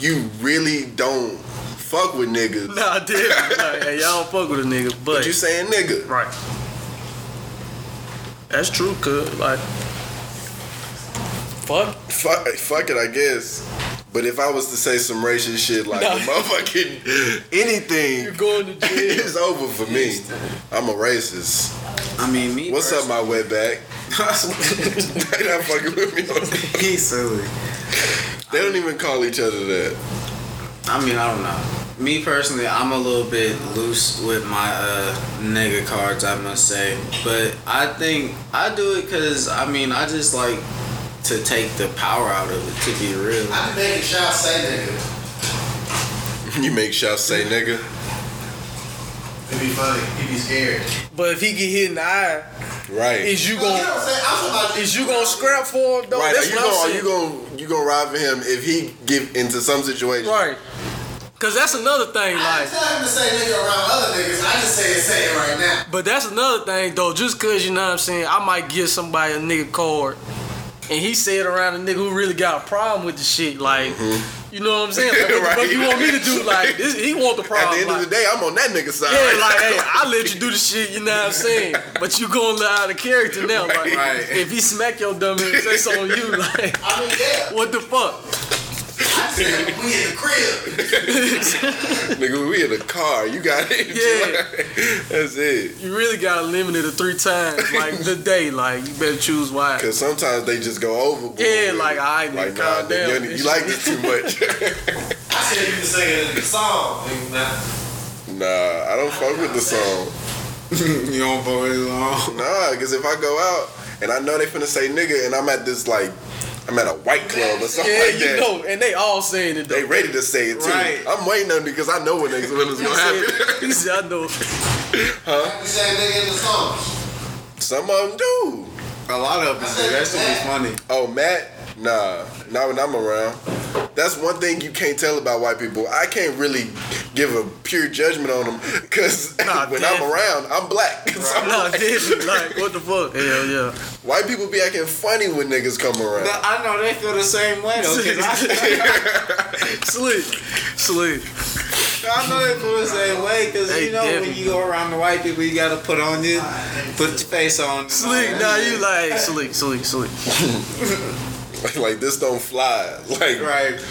S7: you really don't fuck with niggas.
S8: Nah, definitely. Like, hey, y'all don't fuck with a nigga, but,
S7: But you saying nigga.
S8: right. That's true, cuz like. Fuck.
S7: Fuck, fuck it, I guess. But if I was to say some racist shit like
S8: Nah.
S7: motherfucking
S8: You're
S7: anything,
S8: going to jail.
S7: it's over for me. I'm a racist.
S6: I mean, me.
S7: What's up, my wetback? they not fucking with me. on that.
S6: up? He's silly.
S7: They don't even call each other that.
S6: I mean, I don't know. Me personally, I'm a little bit loose with my uh, nigga cards, I must say. But I think I do it because, I mean, I just like to take the power out of it, to be real.
S5: I be making y'all say nigga.
S7: You make shots say nigga.
S5: It'd be funny. He'd be scared.
S8: But if he get hit in the eye,
S7: Right.
S8: is you
S5: You know what
S8: gonna
S5: I'm saying? I'm about
S8: is you gonna scrap for him though?
S7: right. Are
S8: That's
S7: you
S8: what
S7: gonna,
S8: I'm
S7: are
S8: saying.
S7: you gonna you gonna ride for him if he get into some situation?
S8: Right. Cause that's another thing,
S5: I
S8: like.
S5: didn't tell him to say nigga around other niggas. I just say it, say it right now.
S8: But that's another thing though. Just cause you know what I'm saying, I might give somebody a nigga card and he said around a nigga who really got a problem with the shit, like, you know what I'm saying? Like, what the
S7: Mm-hmm. Right.
S8: fuck you want me to do? Like, this, he want the problem.
S7: At the end
S8: like,
S7: of the day, I'm on that nigga's side.
S8: yeah, like, hey, I let you do the shit, you know what I'm saying? But you going out of character now. Like,
S7: Right.
S8: if he smack your dumb ass, that's on you. Like,
S5: I mean, yeah.
S8: what the fuck?
S5: We in the crib.
S7: nigga, we in the car. You got it.
S8: Yeah.
S7: That's it.
S8: You really got limited to three times, like, the day. Like, you better choose why.
S7: Cause sometimes they just go overboard.
S8: Yeah, like, alright, nigga, calm
S7: nigga,
S8: down,
S7: You,
S8: bitch.
S7: you like this too much.
S5: I said you can sing it in the song. nigga, Nah.
S7: nah, I don't fuck with the song.
S5: you don't fuck with it long.
S7: Nah, cause if I go out and I know they finna say nigga, and I'm at this like, I'm at a white club or something
S8: Yeah,
S7: like
S8: you
S7: that.
S8: know, and they all saying it though.
S7: They ready to say it too.
S5: Right.
S7: I'm waiting on it because I know when it's when it's
S8: He
S7: gonna
S8: said,
S7: happen.
S8: he said, I know.
S5: You say nigga in the song.
S7: Some of them do.
S6: A lot of them do. That should be funny.
S7: Oh, Matt? Nah, not when I'm around. That's one thing you can't tell about white people. I can't really give a pure judgment on them because
S8: Nah,
S7: when
S8: damn.
S7: I'm around, I'm black. So,
S8: No, dude, like, what the fuck? Hell yeah.
S7: white people be acting funny when niggas come around.
S6: I know they feel the same way though. 'cause I,
S8: Slick. Slick.
S6: I know they feel the same way because
S8: They
S6: you know when
S8: definitely
S6: you go around the white people, you gotta put on your put your face on.
S8: Slick. Now you like, slick, slick, slick.
S7: like, this don't fly. Like,
S6: Right.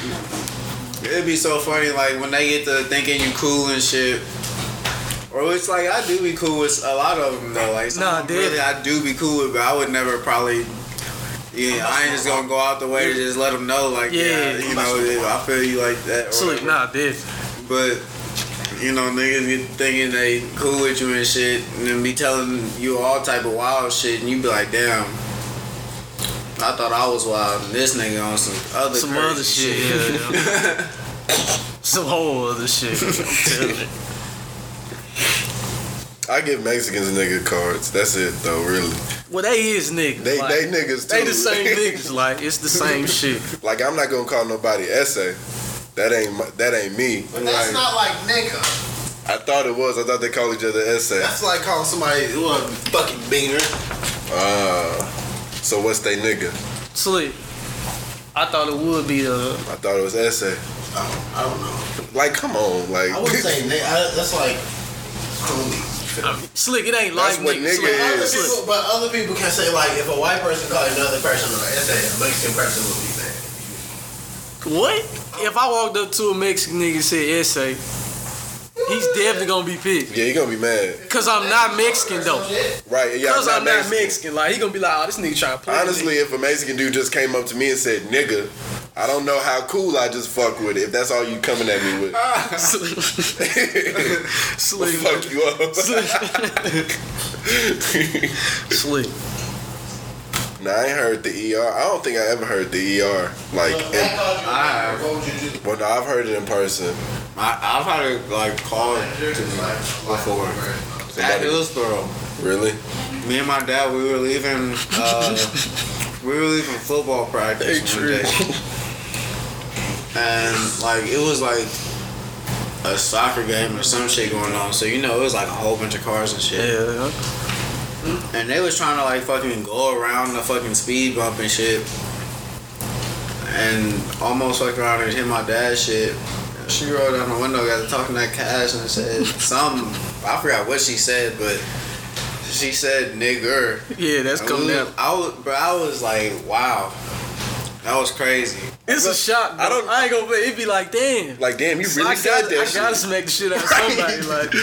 S6: It'd be so funny, like when they get to thinking you cool and shit. Or it's like I do be cool with a lot of them though. Like some
S8: Nah,
S6: of them
S8: dude.
S6: really I do be cool with, but I would never probably. Yeah, I ain't just gonna go out the way to just let them know, like
S8: Yeah.
S6: yeah, you know, if I feel you like that. or
S8: Slick.
S6: whatever.
S8: Nah, dude.
S6: But you know, niggas get thinking they cool with you and shit, and then be telling you all type of wild shit, and you be like, damn. I thought I was wild, and this nigga on some other
S8: Some
S6: crazy
S8: other shit. Yeah, yeah. Some whole other shit. I'm telling you.
S7: I give Mexicans nigga cards. That's it, though, really.
S8: Well, they is niggas.
S7: They,
S8: like,
S7: they niggas, too.
S8: They the same niggas. Like, it's the same shit.
S7: like, I'm not gonna call nobody essay. That ain't my, that ain't me.
S5: But that's
S7: Like,
S5: not like nigga.
S7: I thought it was. I thought they called each other essay.
S5: That's like calling somebody well, fucking beaner.
S7: Uh, so what's they nigga?
S8: Slick. I thought it would be uh, a.
S7: I thought it was essay.
S5: Oh, I don't know.
S7: Like, come on, like
S5: I wouldn't say nigga. I- That's like homie.
S8: Slick, it ain't
S7: That's
S8: like
S7: what nigga
S8: niggas. Slick,
S7: is.
S8: Slick.
S5: People, but other people can say like if a white person called another person an essay, a Mexican person would be mad.
S8: What? If I walked up to a Mexican nigga and said essay, he's definitely gonna be pissed.
S7: yeah, you gonna be mad,
S8: Cause I'm not Mexican though.
S7: right? Yeah,
S8: Cause I'm not Mexican. Like he gonna be like, oh, this nigga trying to play. with me."
S7: Honestly, if a Mexican dude just came up to me and said nigga, I don't know how cool I just fuck with it. If that's all you coming at me with,
S8: Slick. Slick.
S7: fuck you up.
S8: Slick.
S7: nah, I ain't heard the ER. I don't think I ever heard the ER. Like, in,
S5: I what would you do?
S7: well, no, I've heard it in person.
S6: I, I've had it like called to me before at Hillsboro.
S7: Really?
S6: Me and my dad, we were leaving. Uh, we were leaving football practice one day, and like it was like a soccer game or some shit going on. So you know, it was like a whole bunch of cars and shit.
S8: Yeah.
S6: And they was trying to like fucking go around the fucking speed bump and shit. And almost fucked around and hit my dad's shit. She rolled down the window, got to talking to that cash and said something. I forgot what she said, but she said nigger.
S8: Yeah, that's
S6: And
S8: coming
S6: we-
S8: out.
S6: I was, bro, I was like, wow. That was crazy.
S8: It's a shock. I don't. I ain't gonna. It be like, damn.
S7: Like, damn, you
S8: So
S7: really
S8: I
S7: said
S8: gotta,
S7: that
S8: I
S7: shit.
S8: gotta smack the shit out of somebody. Like,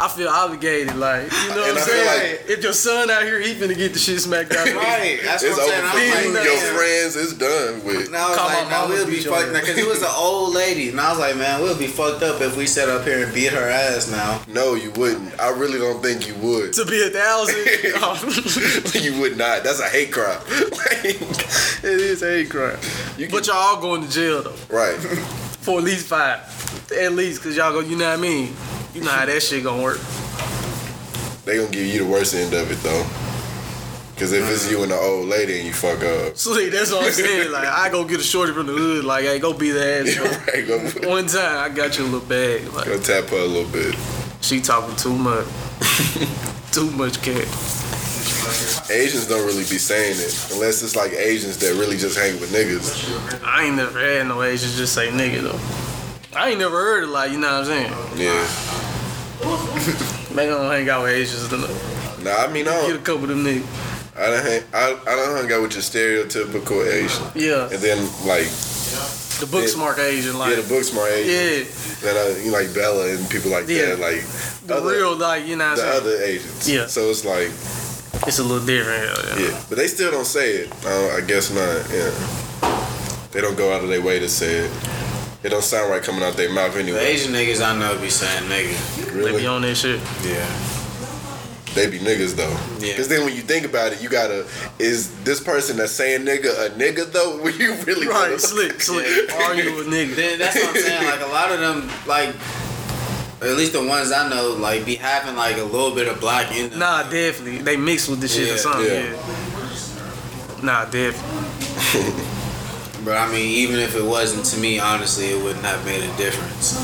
S8: I feel obligated. Like, you know what
S7: And
S8: I'm
S7: I feel
S8: saying? if your son out here, he finna get the shit smacked out. of him.
S6: Right. That's
S7: It's
S6: what I'm
S7: over
S6: saying.
S7: for you.
S8: was
S6: I'm
S8: like,
S7: Your
S8: yeah.
S7: friends, it's done with.
S6: And I was
S8: Call
S6: like,
S8: my
S6: no,
S8: mama
S6: we'll
S8: to
S6: be
S8: beat your
S6: fucked
S8: ass.
S6: because it was an old lady, and I was like, man, we'll be fucked up if we sat up here and beat her ass now.
S7: No, you wouldn't. I really don't think you would.
S8: To be a thousand. Oh.
S7: you would not. That's a hate crime. Like,
S8: it is hate crime. But y'all all going to jail though.
S7: right.
S8: for at least five, at least, cause y'all go. You know what I mean? You know how that shit gonna work.
S7: They gonna give you the worst end of it though. Cause if it's you and the old lady and you fuck up,
S8: So like, that's what I'm saying. Like I go get a shorty from the hood. Like hey, go be the ass. bro.
S7: right? Go,
S8: One time I got you a little bag. Like
S7: go tap her a little bit.
S8: she talking too much, too much cat.
S7: Asians don't really be saying it unless it's like Asians that really just hang with niggas.
S8: I ain't never had no Asians just say nigga though. I ain't never heard it like you know what I'm saying.
S7: Yeah.
S8: Maybe I don't hang out with Asians enough.
S7: Nah, I mean, I
S8: Get a
S7: don't,
S8: couple of them niggas.
S7: I don't hang, I, I don't hung out with your stereotypical Asian.
S8: Yeah,
S7: And then like,
S8: the book smart Asian
S7: yeah,
S8: like.
S7: the books my Asian.
S8: Yeah,
S7: Then I, you like Bella and people like
S8: Yeah.
S7: that, like
S8: the
S7: other-
S8: real like you know what
S7: the
S8: I'm saying.
S7: other Asians.
S8: Yeah.
S7: So it's like,
S8: It's a little different. hell yeah.
S7: yeah, but they still don't say it. I, don't- I guess not. Yeah. They don't go out of their way to say it. It don't sound right coming out their mouth
S6: The
S7: anyway.
S6: Asian niggas I know be saying nigga.
S8: They
S7: Really.
S8: be on that shit.
S6: Yeah.
S7: They be niggas though.
S6: Yeah.
S7: Because then when you think about it, you gotta is this person that's saying nigga a nigga though? When you really
S8: Right,
S7: wanna-
S8: slick, slick. Are you a nigga?
S6: Then that's what I'm saying. Like a lot of them, like at least the ones I know, like be having like a little bit of black in them.
S8: Nah, definitely. They mixed with the shit
S6: Yeah,
S8: or something.
S7: yeah.
S8: Yeah. Nah, definitely.
S6: But I mean, even if it wasn't to me, honestly, it wouldn't have made a difference.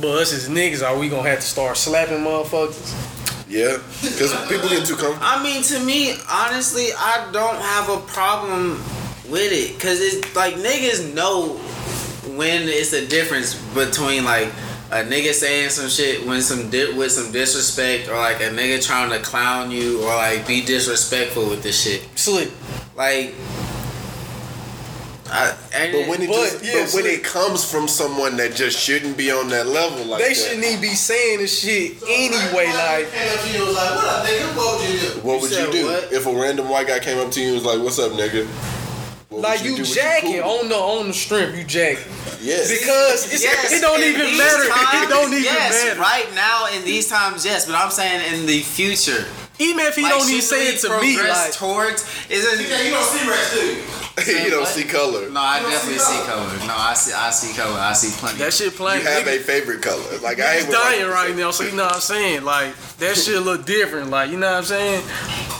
S8: But us as niggas, are we gonna have to start slapping motherfuckers?
S7: Yeah. Because people get too comfortable.
S6: I mean, to me, honestly, I don't have a problem with it. Cause it's like niggas know when it's a difference between like a nigga saying some shit when some di- with some disrespect or like a nigga trying to clown you or like be disrespectful with this shit.
S8: Slick.
S6: Like, I, and
S7: But when it
S8: But,
S7: just,
S8: yeah,
S7: but when
S8: slick.
S7: it comes from someone that just shouldn't be on that level like
S8: They
S7: that,
S8: shouldn't even be saying this shit anyway. Like,
S5: Came up to you and was like, what up, nigga? What would you do?
S7: what would you
S6: said
S7: do
S6: what?
S7: if a random white guy came up to you and was like, "What's up, nigga"? What would
S8: like you,
S7: do? Would
S8: jacket
S7: cool?
S8: on the on the strip, you jacket
S7: Yes.
S8: because it's, it don't
S6: in
S8: even
S6: these
S8: matter. it
S6: times,
S8: don't even
S6: yes,
S8: matter.
S6: Right now, in these times, yes, but I'm saying in the future.
S8: Even if he
S6: Like,
S8: don't even
S6: shouldn't
S8: say
S6: we
S8: it to me,
S6: progress
S8: like
S6: towards isn't.
S5: Yeah, you don't see rest, do you?
S7: you don't
S6: what?
S7: see color.
S6: No, I definitely see color. No, I see, I see color. I see plenty.
S8: that shit
S7: You
S8: playing.
S7: have a favorite color. Like I
S8: He's
S7: ain't with white
S8: dying
S7: people.
S8: right now, so you know what I'm saying. Like that shit look different. Like you know what I'm saying.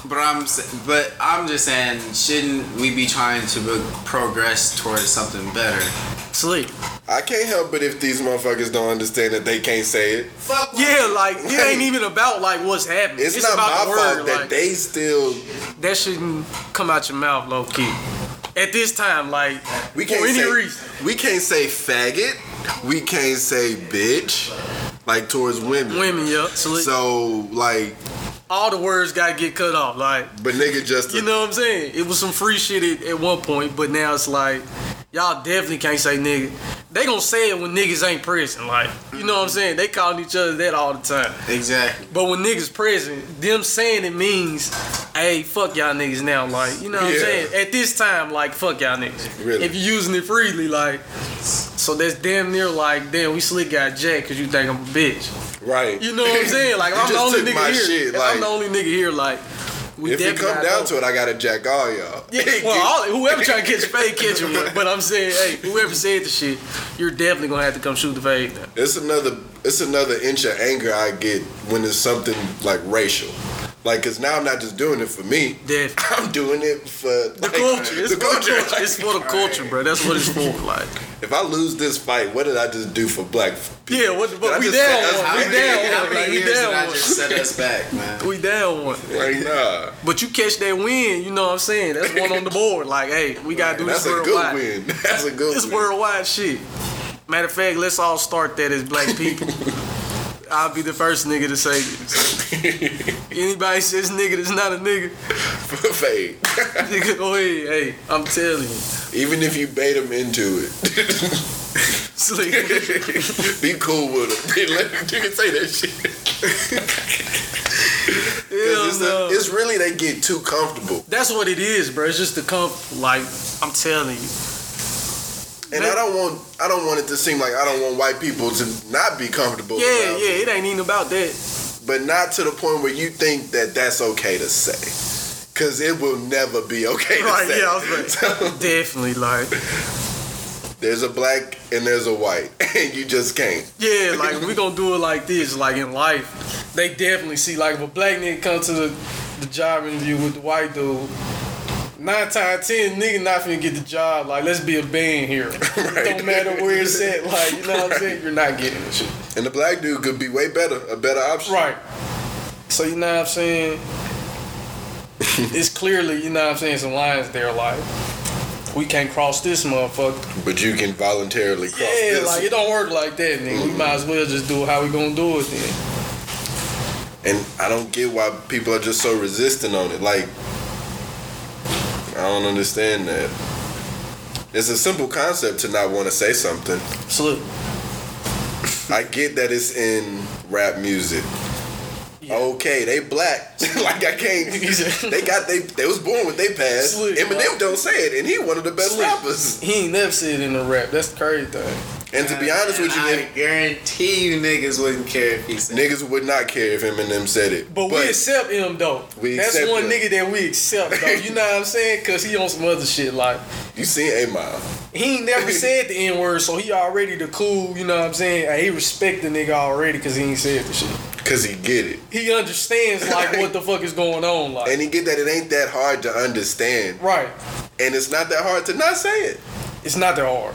S6: But I'm, s- but I'm just saying, shouldn't we be trying to be- progress towards something better?
S8: Slick.
S7: I can't help but if these motherfuckers don't understand that they can't say it.
S8: Yeah, like it ain't even about like what's happening.
S7: It's,
S8: It's,
S7: not
S8: about
S7: my
S8: the word.
S7: fault
S8: like,
S7: that they still
S8: that shouldn't come out your mouth, low key. At this time, like
S7: we can't
S8: for any
S7: say
S8: reason,
S7: we can't say faggot. We can't say bitch like towards women.
S8: women, yeah, slick.
S7: So like
S8: all the words gotta get cut off. Like
S7: but nigga just
S8: you know what I'm saying. It was some free shit at, at one point, but now it's like y'all definitely can't say nigga. They gonna say it when niggas ain't present. Like you know what I'm saying. They calling each other that all the time.
S6: Exactly.
S8: But when niggas present, them saying it means, hey, fuck y'all niggas now. Like, you know what
S7: Yeah.
S8: I'm saying? At this time, like, fuck y'all niggas.
S7: Really?
S8: If you're using it freely, like, so that's damn near like, damn, we slick got Jack because you think I'm a bitch.
S7: right.
S8: You know what I'm saying? Like,
S7: You
S8: if I'm the
S7: just
S8: only
S7: took
S8: nigga
S7: my
S8: here.
S7: shit,
S8: if
S7: like-
S8: I'm the only nigga here, like, we
S7: if it
S8: definitely
S7: come
S8: not
S7: down
S8: know.
S7: to it, I gotta jack all y'all.
S8: Yeah, well, all, whoever trying to catch a fade, catch him. But, but I'm saying, hey, whoever said the shit, you're definitely gonna have to come shoot the fade. now.
S7: It's another it's another inch of anger I get when it's something like racial. Like, cause now I'm not just doing it for me.
S8: Definitely.
S7: I'm doing it for
S8: The culture, it's for the culture, it's for the culture, bro. That's what it's for. Like,
S7: If I lose this fight, what did I just do for black people?
S8: Yeah, what the
S7: Did I
S8: fuck? We
S7: just set
S8: down
S7: us
S8: one.
S6: How
S8: We
S7: back?
S6: many,
S8: down
S6: how
S8: one.
S6: many
S8: Like, we
S6: years did
S8: down
S6: I
S8: one.
S6: just set us back, man?
S8: We down one.
S7: Like, nah.
S8: But you catch that win, you know what I'm saying? That's one on the board. Like, hey, we gotta do
S7: That's
S8: this
S7: a good
S8: worldwide.
S7: win. That's a good
S8: This
S7: win.
S8: worldwide shit. Matter of fact, let's all start that as black people. I'll be the first nigga to say this. Anybody says nigga that's not a nigga,
S7: Fade.
S8: nigga, go ahead. Hey, I'm telling you.
S7: Even if you bait them into it,
S8: It's like,
S7: be cool with them. Let them you can say that shit. 'Cause it's,
S8: no.
S7: it's really they get too comfortable.
S8: that's what it is, bro. It's just the comfort. Like, I'm telling you.
S7: And I don't want I don't want it to seem like I don't want white people to not be comfortable.
S8: Yeah,
S7: around
S8: yeah, it ain't even about that.
S7: but not to the point where you think that that's okay to say. Cause it will never be okay to
S8: Right,
S7: say.
S8: yeah, I was
S7: So,
S8: Definitely, like.
S7: there's a black and there's a white, and you just can't.
S8: Yeah, like we gonna do it like this, like in life. They definitely see like if a black nigga come to the, the job interview with the white dude, nine times ten nigga not finna get the job. Like let's be a band here. Don't matter where it's at. Like you know what I'm saying? You're not getting the shit.
S7: And the black dude could be way better, a better option.
S8: Right. So you know what I'm saying? it's clearly, you know what I'm saying, some lines there like we can't cross this motherfucker.
S7: But you can voluntarily cross
S8: Yeah,
S7: this.
S8: like it don't work like that, nigga. We might as well just do it how we gonna do it then.
S7: and I don't get why people are just so resistant on it. Like, I don't understand that. It's a simple concept to not want to say something.
S8: Salute.
S7: I get that it's in rap music. Okay, they black. like I can't. they got they. They was born with they past.
S8: Slick,
S7: Eminem
S8: right?
S7: don't say it, and he one of the best
S8: Slick.
S7: rappers.
S8: He ain't never said it in a rap. That's the crazy thing.
S7: And to be honest with you,
S6: I guarantee you niggas wouldn't care if he said.
S7: niggas would not care if Eminem said it.
S8: But, we accept him though.
S7: We
S8: That's
S7: accept
S8: one
S7: him.
S8: nigga that we accept though. You know what I'm saying? Cause he on some other shit. Like
S7: you seen A Mile.
S8: he ain't never said the N word, so he already the cool. You know what I'm saying? Hey, he respect the nigga already because he ain't said the shit.
S7: Cause he get it,
S8: He understands like what the fuck is going on. Like
S7: and he get that it ain't that hard to understand,
S8: right.
S7: and it's not that hard to not say it.
S8: It's not that hard.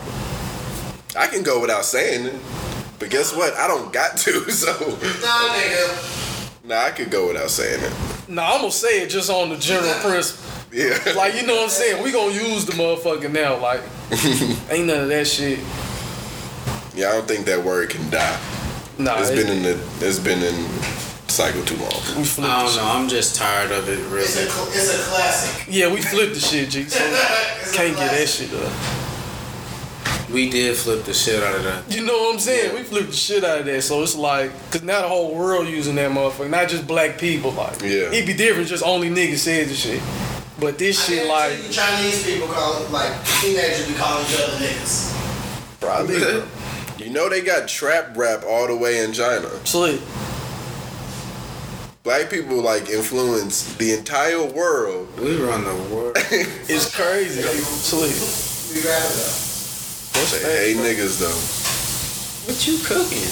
S7: I can go without saying it, but guess what? I don't got to. So
S6: Nah, nigga.
S7: nah, I could go without saying it.
S8: Nah, I'm gonna say it just on the general principle.
S7: Yeah,
S8: Like you know what I'm saying? We gonna use the motherfucker now. Like ain't none of that shit.
S7: yeah. I don't think that word can die.
S8: Nah,
S7: It's
S8: it-
S7: been in the it's been in cycle too long.
S8: we flipped.
S6: I
S8: the
S6: don't know. I'm just tired of it,
S5: It's a,
S6: really.
S5: cl- it's a classic.
S8: shit. Yeah, we flipped the shit, G. So
S5: It's a
S8: can't get that
S5: classic.
S8: shit up.
S6: We did flip the shit out of that.
S8: You know what I'm saying? We flipped the shit out of that, so it's like, cause now the whole world using that motherfucker, not just black people. Like,
S7: Yeah.
S8: it'd be different. Just only niggas said the shit, but this shit, like,
S5: You Chinese people call it like teenagers be calling each other niggas.
S7: Probably. you know they got trap rap all the way in China.
S8: slick.
S7: Black people like influence the entire world.
S6: We run the world.
S8: It's crazy, slick.
S5: We grab it up.
S7: They hate niggas though.
S6: What you cooking?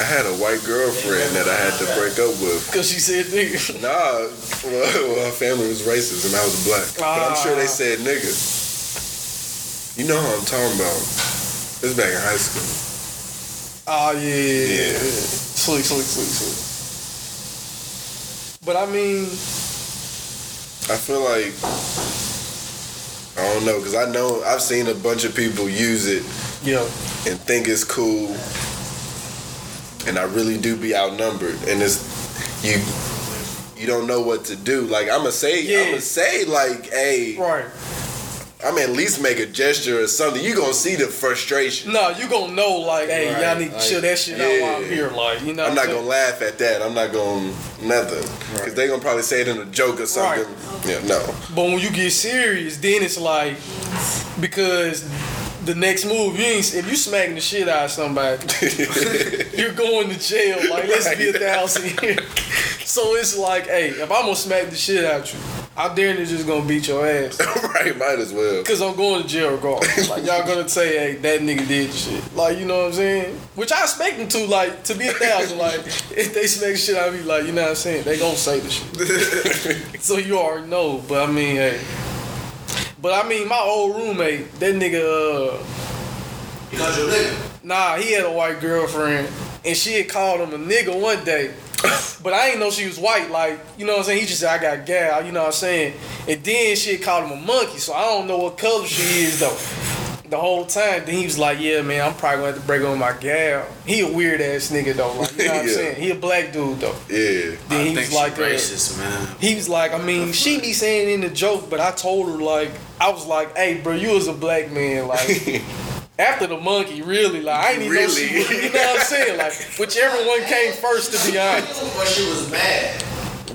S7: I had a white girlfriend that I had to break up with.
S8: Cause she said nigga.
S7: Nah, well, well, her family was racist and I was black. But I'm sure they said nigga. You know who I'm talking about. This back in high school.
S8: Oh yeah, yeah.
S7: Yeah.
S8: slick, slick, slick, slick. But I mean,
S7: I feel like I don't know because I know I've seen a bunch of people use it
S8: yeah,
S7: and think it's cool, and I really do be outnumbered. And it's you, you don't know what to do. Like I'ma say, I'ma
S8: Yeah.
S7: say like, hey,
S8: right.
S7: I'm at least make a gesture or something. You gonna see the frustration.
S8: No, you gonna know, like, hey, y'all
S6: Right,
S8: need to
S6: like,
S8: chill that shit out while
S7: yeah.
S8: I'm here, like, you know.
S7: I'm
S8: what
S7: not
S8: saying?
S7: gonna laugh at that. I'm not gonna nothing because they gonna probably say it in a joke or something. Yeah, no.
S8: But when you get serious, then it's like because the next move, you ain't, if you smacking the shit out of somebody, you're going to jail. Like let's be a thousand years. So it's like, hey, if I'm gonna smack the shit out you, I'm damn near just gonna beat your ass
S7: right, might as well.
S8: because I'm going to jail regardless. Like y'all gonna say, hey, that nigga did the shit. Like you know what I'm saying? Which I expect them to, like, to be a thousand. Like if they smack the shit out of me, like you know what I'm saying, they gonna say the shit. So you already know, but I mean, hey. But I mean, my old roommate, that nigga, uh,
S5: You call your nigga.
S8: nah, he had a white girlfriend, and she had called him a nigga one day. But I didn't know she was white, like, you know what I'm saying? He just said, I got gal, you know what I'm saying? And then she had called him a monkey, so I don't know what color she is, though. The whole time, then he was like, Yeah, man, I'm probably gonna have to break up with my gal. He a weird ass nigga, though, like, you know what I'm
S7: Yeah.
S8: saying? He a black dude, though.
S7: Yeah,
S8: Then
S6: I
S8: he
S6: think
S8: was
S6: she
S8: like, uh,
S6: racist, man.
S8: he was like, I mean, she be saying it in the joke, but I told her like, I was like, hey, bro, you was a black man, like. After the monkey, really, like I ain't even know she
S7: Really?
S8: was, you know what I'm saying? Like, whichever one came first, to be honest.
S5: When she was mad.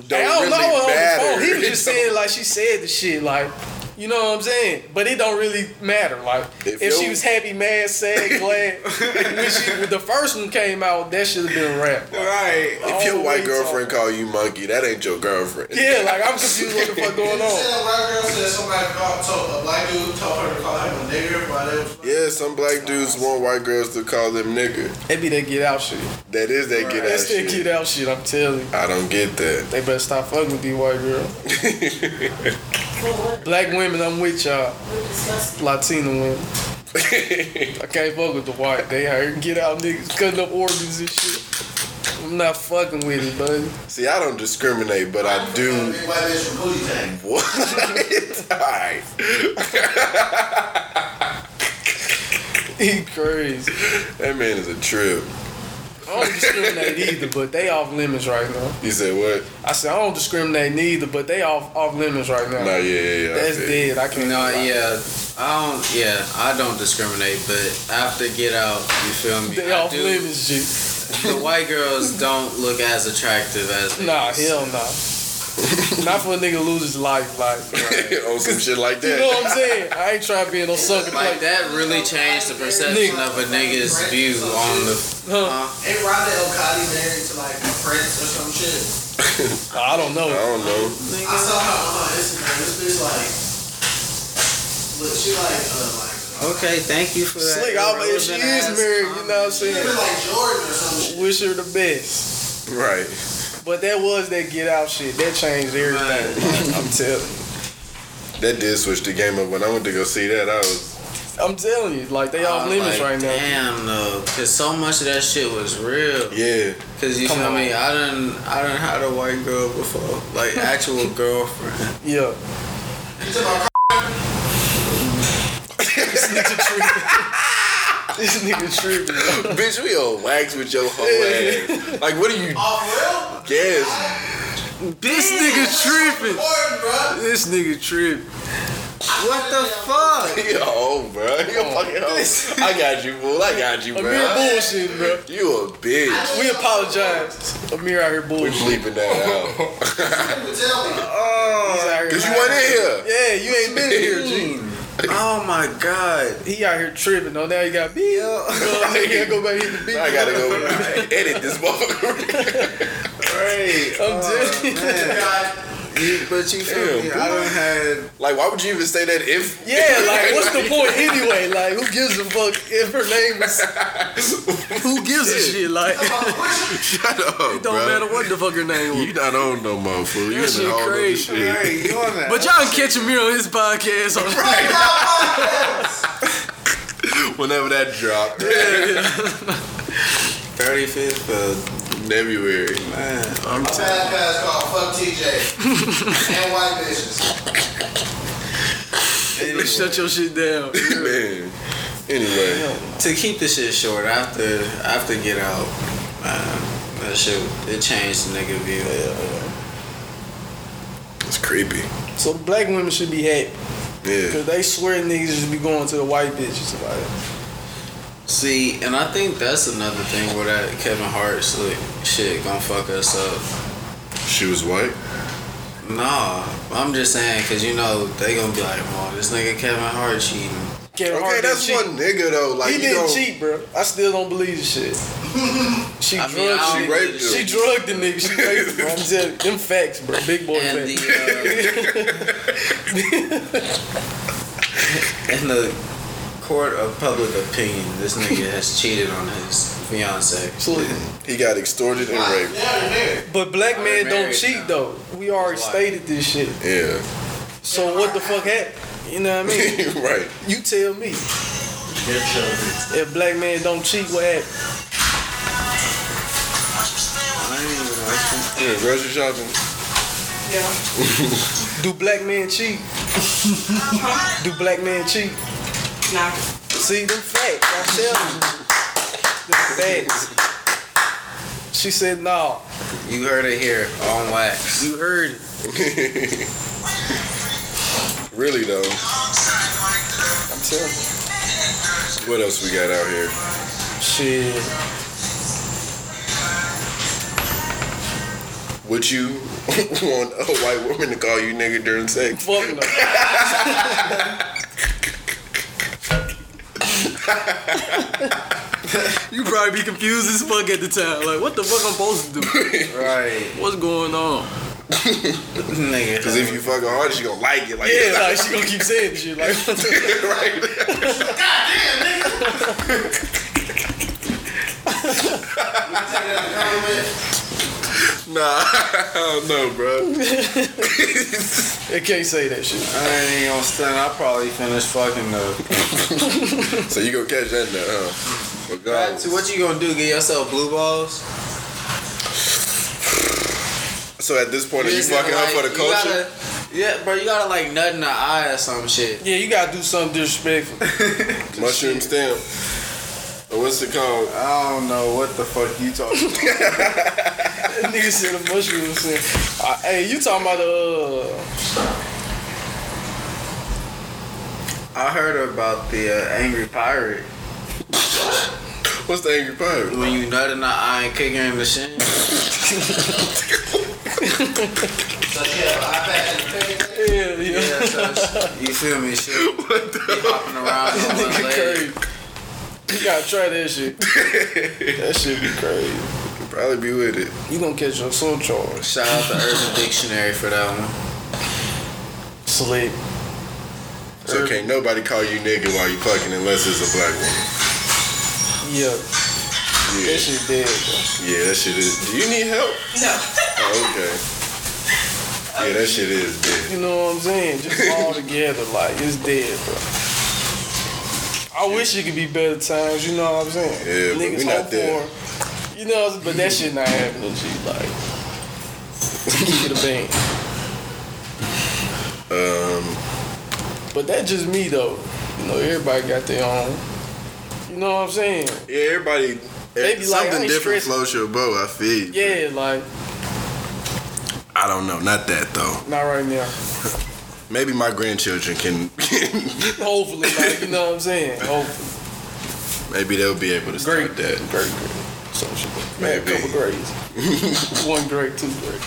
S7: don't,
S8: Hey, I don't
S7: really
S8: know her
S7: matter.
S8: on the phone. He was
S7: It
S8: just
S7: don't-
S8: saying like she said the shit, like you know what I'm saying. But it don't really matter. Like
S7: If
S8: if,
S7: you-
S8: she was happy, mad, sad, glad. when, she, when the first one came out, that should have been a rap. Like,
S6: Right.
S7: If your
S8: Oh,
S7: white
S8: wait,
S7: girlfriend call you monkey, that ain't your girlfriend.
S8: yeah, like I'm confused what the fuck going
S5: She
S8: on.
S5: said a white girl said somebody called, told a black dude told her to call him a nigger while they was.
S7: Yeah, some black dudes want white girls to call them nigger.
S8: It be that get out shit.
S7: That is that get out
S8: That's that
S7: shit.
S8: get out shit. I'm telling you.
S7: I don't get that.
S8: They better stop fucking with these white girls.
S10: For what?
S8: Black women, I'm with y'all.
S10: We're disgusting.
S8: Latina women. I can't fuck with the white. They out here get out niggas cutting up organs and shit. I'm not fucking with it, buddy.
S7: See, I don't discriminate, but I do.
S11: Big white bitch from Booty Tank.
S7: What? All right.
S8: He crazy.
S7: That man is a trip.
S8: I don't discriminate either, but they off limits right now.
S7: You said what?
S8: I said I don't discriminate neither, but they off off limits right now.
S7: No, yeah, yeah, yeah. I
S8: That's
S7: feel you.
S8: dead. I
S6: You
S8: can't.
S6: know, yeah, I don't. Yeah, I don't discriminate, but after Get Out, you feel me?
S8: They
S6: I
S8: off
S6: do-
S8: limits, G.
S6: The white girls don't look as attractive as they
S8: Nah,
S6: used to.
S8: hell nah. Not for a nigga lose his life, like.
S7: on some shit like
S8: You
S7: that.
S8: know what I'm saying? I ain't trying to be in no sucker
S6: Like
S8: like that.
S6: that really changed the perception of a nigga's view on the.
S5: Ain't Robin Elcotty married to like Prince or some shit?
S8: I don't
S7: I
S8: know.
S7: don't
S5: I
S7: know.
S5: saw her on Instagram. This bitch like, look, she like, uh, like,
S6: Okay, thank you for that.
S8: Slick, I mean, if she
S6: irrelevant
S8: is
S6: ass
S8: married, you know what I'm
S5: she
S8: saying?
S5: was like Jordan or some shit.
S8: Wish her the best.
S7: Right.
S8: But that was that get out shit. That changed everything. I'm telling you.
S7: That did switch the game up. When I went to go see that, I was.
S8: I'm telling you. Like, they off
S6: I'm
S8: limits
S6: like,
S8: right now.
S6: Damn, though, because so much of that shit was real.
S7: Yeah.
S6: Because you
S8: Come
S6: feel
S8: on.
S6: me? I done, I done had a white girl before, like actual girlfriend.
S8: Yeah. this nigga tripping. this nigga tripping.
S7: Bitch, we on wax with your whole ass. Like, what are you.
S5: Oh, for real?
S7: Yes.
S8: This nigga tripping.
S5: Jordan, bro.
S8: This nigga tripping.
S6: What the fuck?
S7: Yo, bro. You a fucking hoe. I got you, fool. I got you, bro.
S8: Amir bullshitting, bro.
S7: You a bitch.
S8: We apologize. Amir out here
S7: We
S8: bullshitting.
S7: bleeping that out.
S5: You tell me.
S8: He's out here-
S7: Cause you went in here.
S8: Yeah, you ain't been in here, G.
S6: Oh my god.
S8: He out here tripping. though. now you got beat. up. You know what I'm saying? You gotta go back and hit the beat.
S7: I gotta go edit this motherfucker.
S6: Right.
S7: Oh,
S8: I'm telling you.
S6: You- But you feel
S7: Damn,
S6: me? I done had.
S7: like, why would you even say that if?
S8: Yeah, like what's the point anyway? Like who gives a fuck if her name is Who gives a shit? Like
S7: Shut up,
S8: it don't matter what the fuck her name was.
S7: You not on no more, fool. You in
S8: That shit
S7: the all other
S8: crazy.
S7: shit.
S6: Hey, you on that?
S8: But y'all can catch Amir on his podcast on
S7: Whenever that dropped,
S6: 35th of
S7: in February.
S6: man.
S5: My bad pass called Fuck TJ. and white bitches.
S8: Shut your shit down.
S7: Man. Anyway,
S6: To keep the shit short, after after Get Out, man, that shit it changed the nigga view.
S7: it's creepy.
S8: So black women should be happy.
S7: Yeah.
S8: Cause they swear niggas just be going to the white bitches. Like,
S6: See, and I think that's another thing where that Kevin Hart slick shit gonna fuck us up.
S7: She was white.
S6: Nah, I'm just saying, cause you know they gonna be like, "Oh, this nigga Kevin Hart cheating."
S8: Kevin Hart
S7: Okay,
S8: didn't
S7: that's
S8: cheat.
S7: one nigga though. Like
S8: he
S7: you
S8: didn't
S7: don't-
S8: cheat, bro. I still don't believe this shit. She
S6: I
S8: drugged,
S6: mean, I
S7: she
S6: don't
S7: raped
S6: really-
S8: she, she drugged the nigga. She raped him, bro. I'm telling you, them facts, bro. Big boy
S6: and
S8: facts.
S6: the uh, in the court of public opinion, this nigga has cheated on his fiance.
S8: Absolutely.
S7: He got extorted and raped.
S8: But black
S6: Already
S8: men don't
S6: married
S8: cheat
S6: now.
S8: though. We already
S6: Why?
S8: stated this shit.
S7: Yeah.
S8: So what the fuck happened? You know what I mean?
S7: right.
S8: You tell me. If black men don't cheat, what happened?
S6: I ain't even watching.
S7: Yeah, grocery shopping.
S8: Do black men cheat? Do black men cheat?
S9: Nah.
S8: See them facts. I'm telling you. Them facts. She said no.
S6: You heard it here on wax.
S8: You heard it.
S7: Really though.
S8: I'm telling you.
S7: What else we got out here?
S8: Shit.
S7: Would you want a white woman to call you nigga during sex?
S8: Fuck no. you probably be confused as fuck at the time. Like, what the fuck I'm supposed to do?
S6: Right.
S8: What's going on?
S6: Nigga.
S7: Cause if you fucking hard, she gonna like it. Like
S8: Yeah, like she gonna keep saying this shit. Like,
S7: right. Nah, I don't know, bro.
S8: they can't say that shit.
S6: I ain't even gonna stand. I probably finished fucking though.
S7: So you gonna catch that now, huh? Regardless.
S6: So what you gonna do? Get yourself blue balls?
S7: So at this point, are you
S6: just gotta, like,
S7: fucking up for the
S6: you
S7: culture?
S6: gotta- yeah, bro, you gotta like nut in the eye or some shit.
S8: Yeah, you gotta do something disrespectful.
S7: Mushroom stamp. Or what's it called?
S12: I don't know what the fuck you talking about.
S8: That nigga said a mushroom said, uh, "Hey, you talking about the uh,
S12: I heard about the uh, angry pirate.
S7: What's the angry pirate?
S6: When you nut in the eye and kick her in the shin.
S8: yeah, yeah,
S6: Yeah, so it's- you feel me? Shit, be hopping around on one
S8: nigga
S6: leg.
S8: crazy." You gotta try that shit. that shit be crazy.
S7: Probably be with it.
S8: You gonna catch your soul charge.
S6: Shout out to Urban Dictionary for that one.
S8: Sleep.
S7: So can't nobody call you nigga while you fucking unless it's a black woman.
S8: Yeah,
S7: Yeah,
S8: that shit dead. Bro.
S7: yeah, that shit is. Do you need help? No. Oh, okay. Yeah, that shit is dead.
S8: You know what I'm saying? Just all together, like it's dead, bro. I wish it could be better times. You know what I'm saying?
S7: Yeah, but we not
S8: hope
S7: there.
S8: for- You know, but that shit not happening, G. Like, keep it a bang.
S7: Um,
S8: But that just me though. You know, everybody got their own. You know what I'm saying?
S7: yeah, everybody.
S8: They be like, I
S7: something
S8: ain't
S7: different
S8: stressing.
S7: floats your boat. I feel. you.
S8: Yeah, like
S7: I don't know. Not that though.
S8: not right now.
S7: Maybe my grandchildren can.
S8: Hopefully, like you know what I'm saying. Hopefully,
S7: maybe they'll be able to start
S8: Great.
S7: that.
S8: great, great. So shit. Man, a
S7: Maybe.
S8: couple grades. One grade, two grade.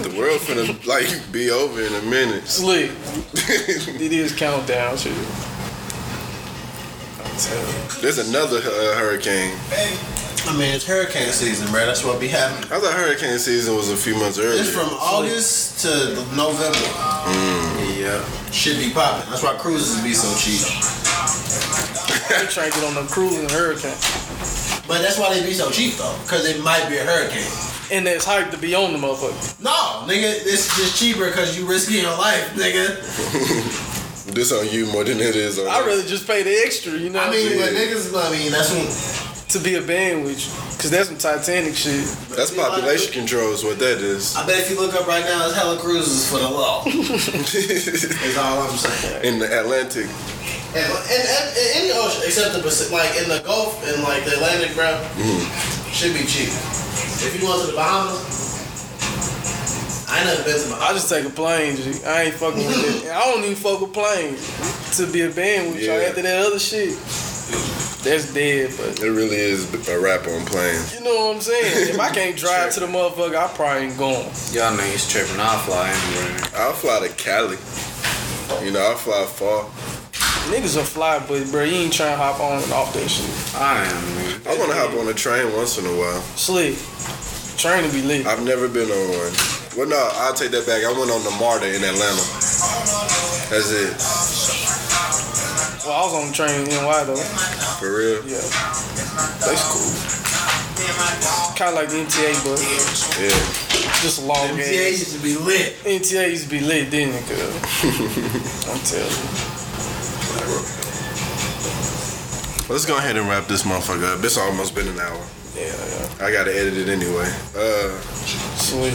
S7: The world finna like be over in a minute.
S8: Slick. It is countdown shit. I'm telling you.
S7: There's another uh, hurricane.
S5: I mean, it's hurricane season, bro. That's what be happening.
S7: I thought hurricane season was a few months earlier.
S5: It's from August to November. Yeah, should be popping. That's why cruises be so cheap.
S8: I'm trying to get on the cruise and hurricane.
S5: But that's why they be so cheap though, because it might be a hurricane.
S8: And it's hype to be on the motherfucker.
S5: No, nigga, it's just cheaper because you risking your life, nigga.
S7: this on you more than it is on.
S8: I'd rather just pay the extra, you know
S5: I
S8: what I mean?
S5: mean, but niggas, I mean, that's when
S8: To be a band with you. Cause that's some Titanic shit.
S7: That's population control is what that is.
S5: I bet if you look up right now, it's hella cruises for the low. is all I'm saying.
S7: in the Atlantic,
S5: And, and, and, and any ocean except the Pacific, like in the Gulf and like the Atlantic, bro, should be cheap. If you want to the Bahamas, I ain't never been to Bahamas.
S8: I just take a plane. G. I ain't fucking with it. I don't even fuck with planes to be a band with y'all
S7: Yeah.
S8: after that other shit. That's dead, but
S7: it really is a rap on planes.
S8: you know what I'm saying. If I can't drive to the motherfucker, I probably ain't going.
S6: Y'all niggas tripping. I fly anywhere.
S7: I'll fly to Cali. You know, I'll fly far.
S8: Niggas are fly, but bro, you ain't trying to hop on and off that shit.
S6: I am. Man.
S7: I want to hop on a train once in a while.
S8: Slick, train to be lit.
S7: I've never been on one. Well, no, I'll take that back. I went on the MARTA in Atlanta. That's it.
S8: Well, I was on the train in NY though.
S7: For real?
S8: Yeah, that's cool. Kind of like the MTA, but
S7: Yeah.
S8: just a long
S5: Yeah,
S8: game.
S5: it used to be lit.
S8: MTA used to be lit, didn't it, girl? I'm telling you.
S7: Let's go ahead and wrap this motherfucker up. It's almost been an hour.
S8: Yeah, yeah.
S7: I gotta edit it anyway. Uh,
S8: Slick.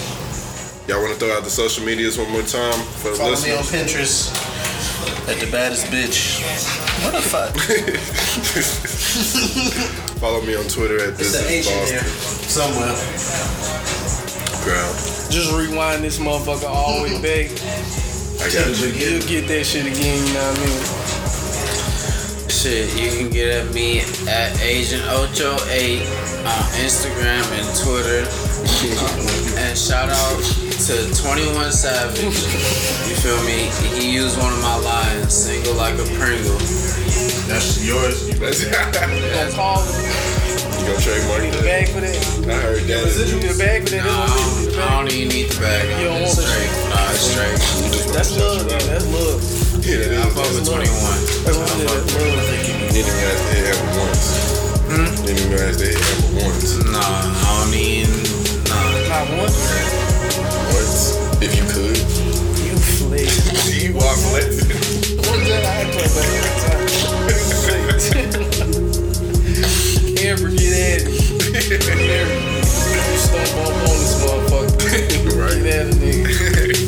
S7: y'all want to throw out the social medias one more time for the
S5: Follow me on
S7: listeners?
S5: Pinterest at the baddest bitch. What the fuck?
S7: Follow me on Twitter at this
S5: It's an H
S7: is
S5: in there
S7: Boston
S5: somewhere.
S7: Ground.
S8: Just rewind this motherfucker all the way back.
S7: I got you.
S8: You'll get that shit again, you know what I mean?
S6: Shit, you can get at me at Agent Ocho Eight on Instagram and Twitter. and shout out to Twenty One Savage. You feel me? He used one of my lines, "Single like a Pringle."
S12: That's yours. You
S7: That's- you
S8: Gonna call him,
S7: gonna trademark
S8: need a
S7: that?
S8: bag for that.
S7: I heard that.
S8: You need a bag for that.
S6: Nah, I
S8: That's
S6: don't,
S8: what
S6: I don't even need the bag.
S8: You
S6: I'm
S8: don't want
S6: just straight. Nah, it's straight.
S8: it is. That's love, man. That's love.
S7: Yeah, it
S6: I
S7: is.
S6: fuck with Twenty One.
S8: That's what it is. That's love.
S7: You need to guys they have once. You need to guys they have once.
S6: Nah, I don't need. Nah,
S8: Not one.
S7: Once, if you could.
S8: You flick.
S7: You walk left.
S8: One day I had to back. Can't forget that. Can't- You stumble up on this motherfucker.
S7: Right.
S8: Get that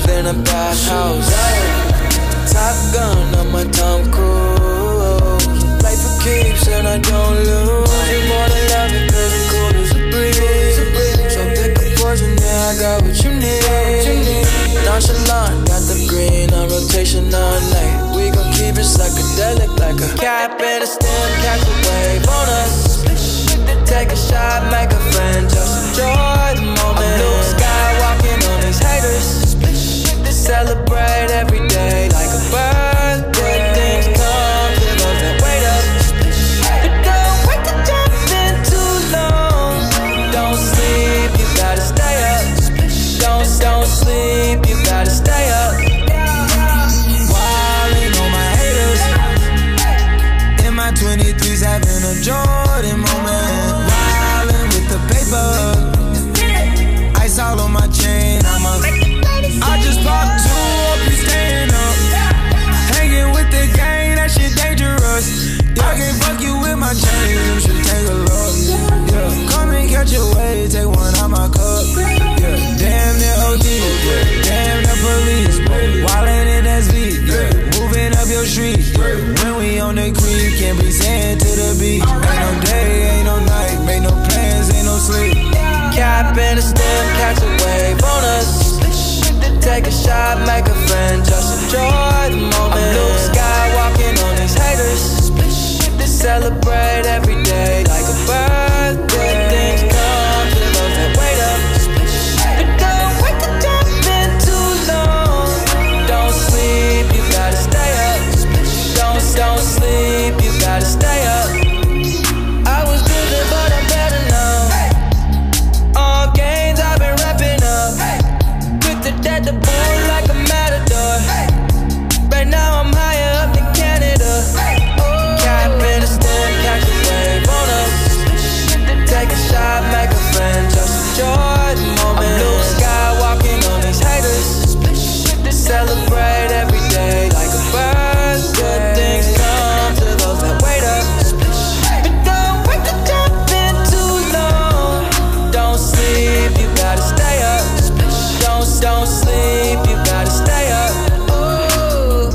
S13: house. Top gun, I'm a Tom Cruise. Life for keeps and I don't lose. You more than love it, cause the cold is a breeze. So pick a poison, yeah, I got what you need. Nonchalant, got the green on rotation all night. We gon' keep it psychedelic like a cap and a stem, catch a wave on us. Take a shot, make a friend, just enjoy the moment. Luke Skywalking on his haters. Celebrate every day like a birthday. Things come to those that wait up. But don't wait to jump in too long. Don't sleep, you gotta stay up. Don't don't sleep, you gotta stay up. Wildin' on my haters. In my 23s, having a Jordan moment. Wildin' with the paper. Ice all on my chain. I'm a. I just popped two up, you stand up. Hanging with the gang, that shit dangerous. I can fuck you with my chain, you should take a look. Yeah, come and catch your way, take one out my cup. Yeah, damn the OD, yeah, damn the police. Wildin' in SV, yeah, moving up your street. Yeah. When we on the creek, can't be sand to the beach. Ain't no day, ain't no night, make no plans, ain't no sleep. Cap and a stem, catch a wave on us. Take a shot, make a friend, just enjoy the moment. I'm Luke Skywalking on these haters. Celebrate every day like a birthday. Things come to those that wait up. But don't wait to jump in too long. Don't sleep, you gotta stay up. Don't don't sleep, you gotta stay up. I was driven, but I'm better now. All games I've been wrapping up. Quick to dead the bull like a matador. Right now I'm higher up than Canada. Cap in a storm, catch a wave on us. Take a shot, make a friend, just enjoy the moment. I'm Luke Skywalking on these haters. Celebrate every day like a birthday. Things come to those that wait up. But don't wait to jump in too long. Don't sleep, you gotta stay up. Don't don't sleep, you gotta stay up. Ooh.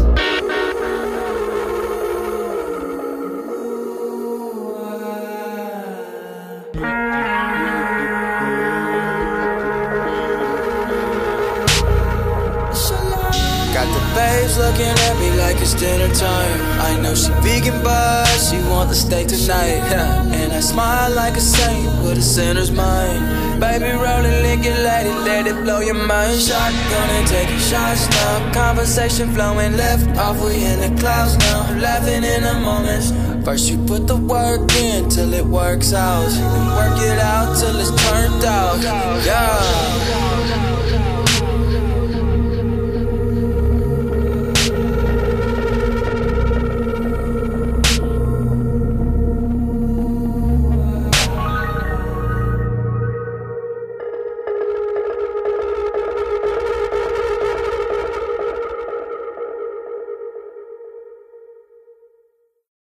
S13: Got the babes looking at me like it's dinner time. I know she vegan, but she want the steak tonight. Yeah. And I smile like a saint with a sinner's mind. Baby, rolling, lick it, let it, let it blow your mind. Shotgun and taking shots now. Conversation flowing left off, we in the clouds now. Laughing in the moments. First you put the work in till it works out, and work it out till it's turned out. Yeah.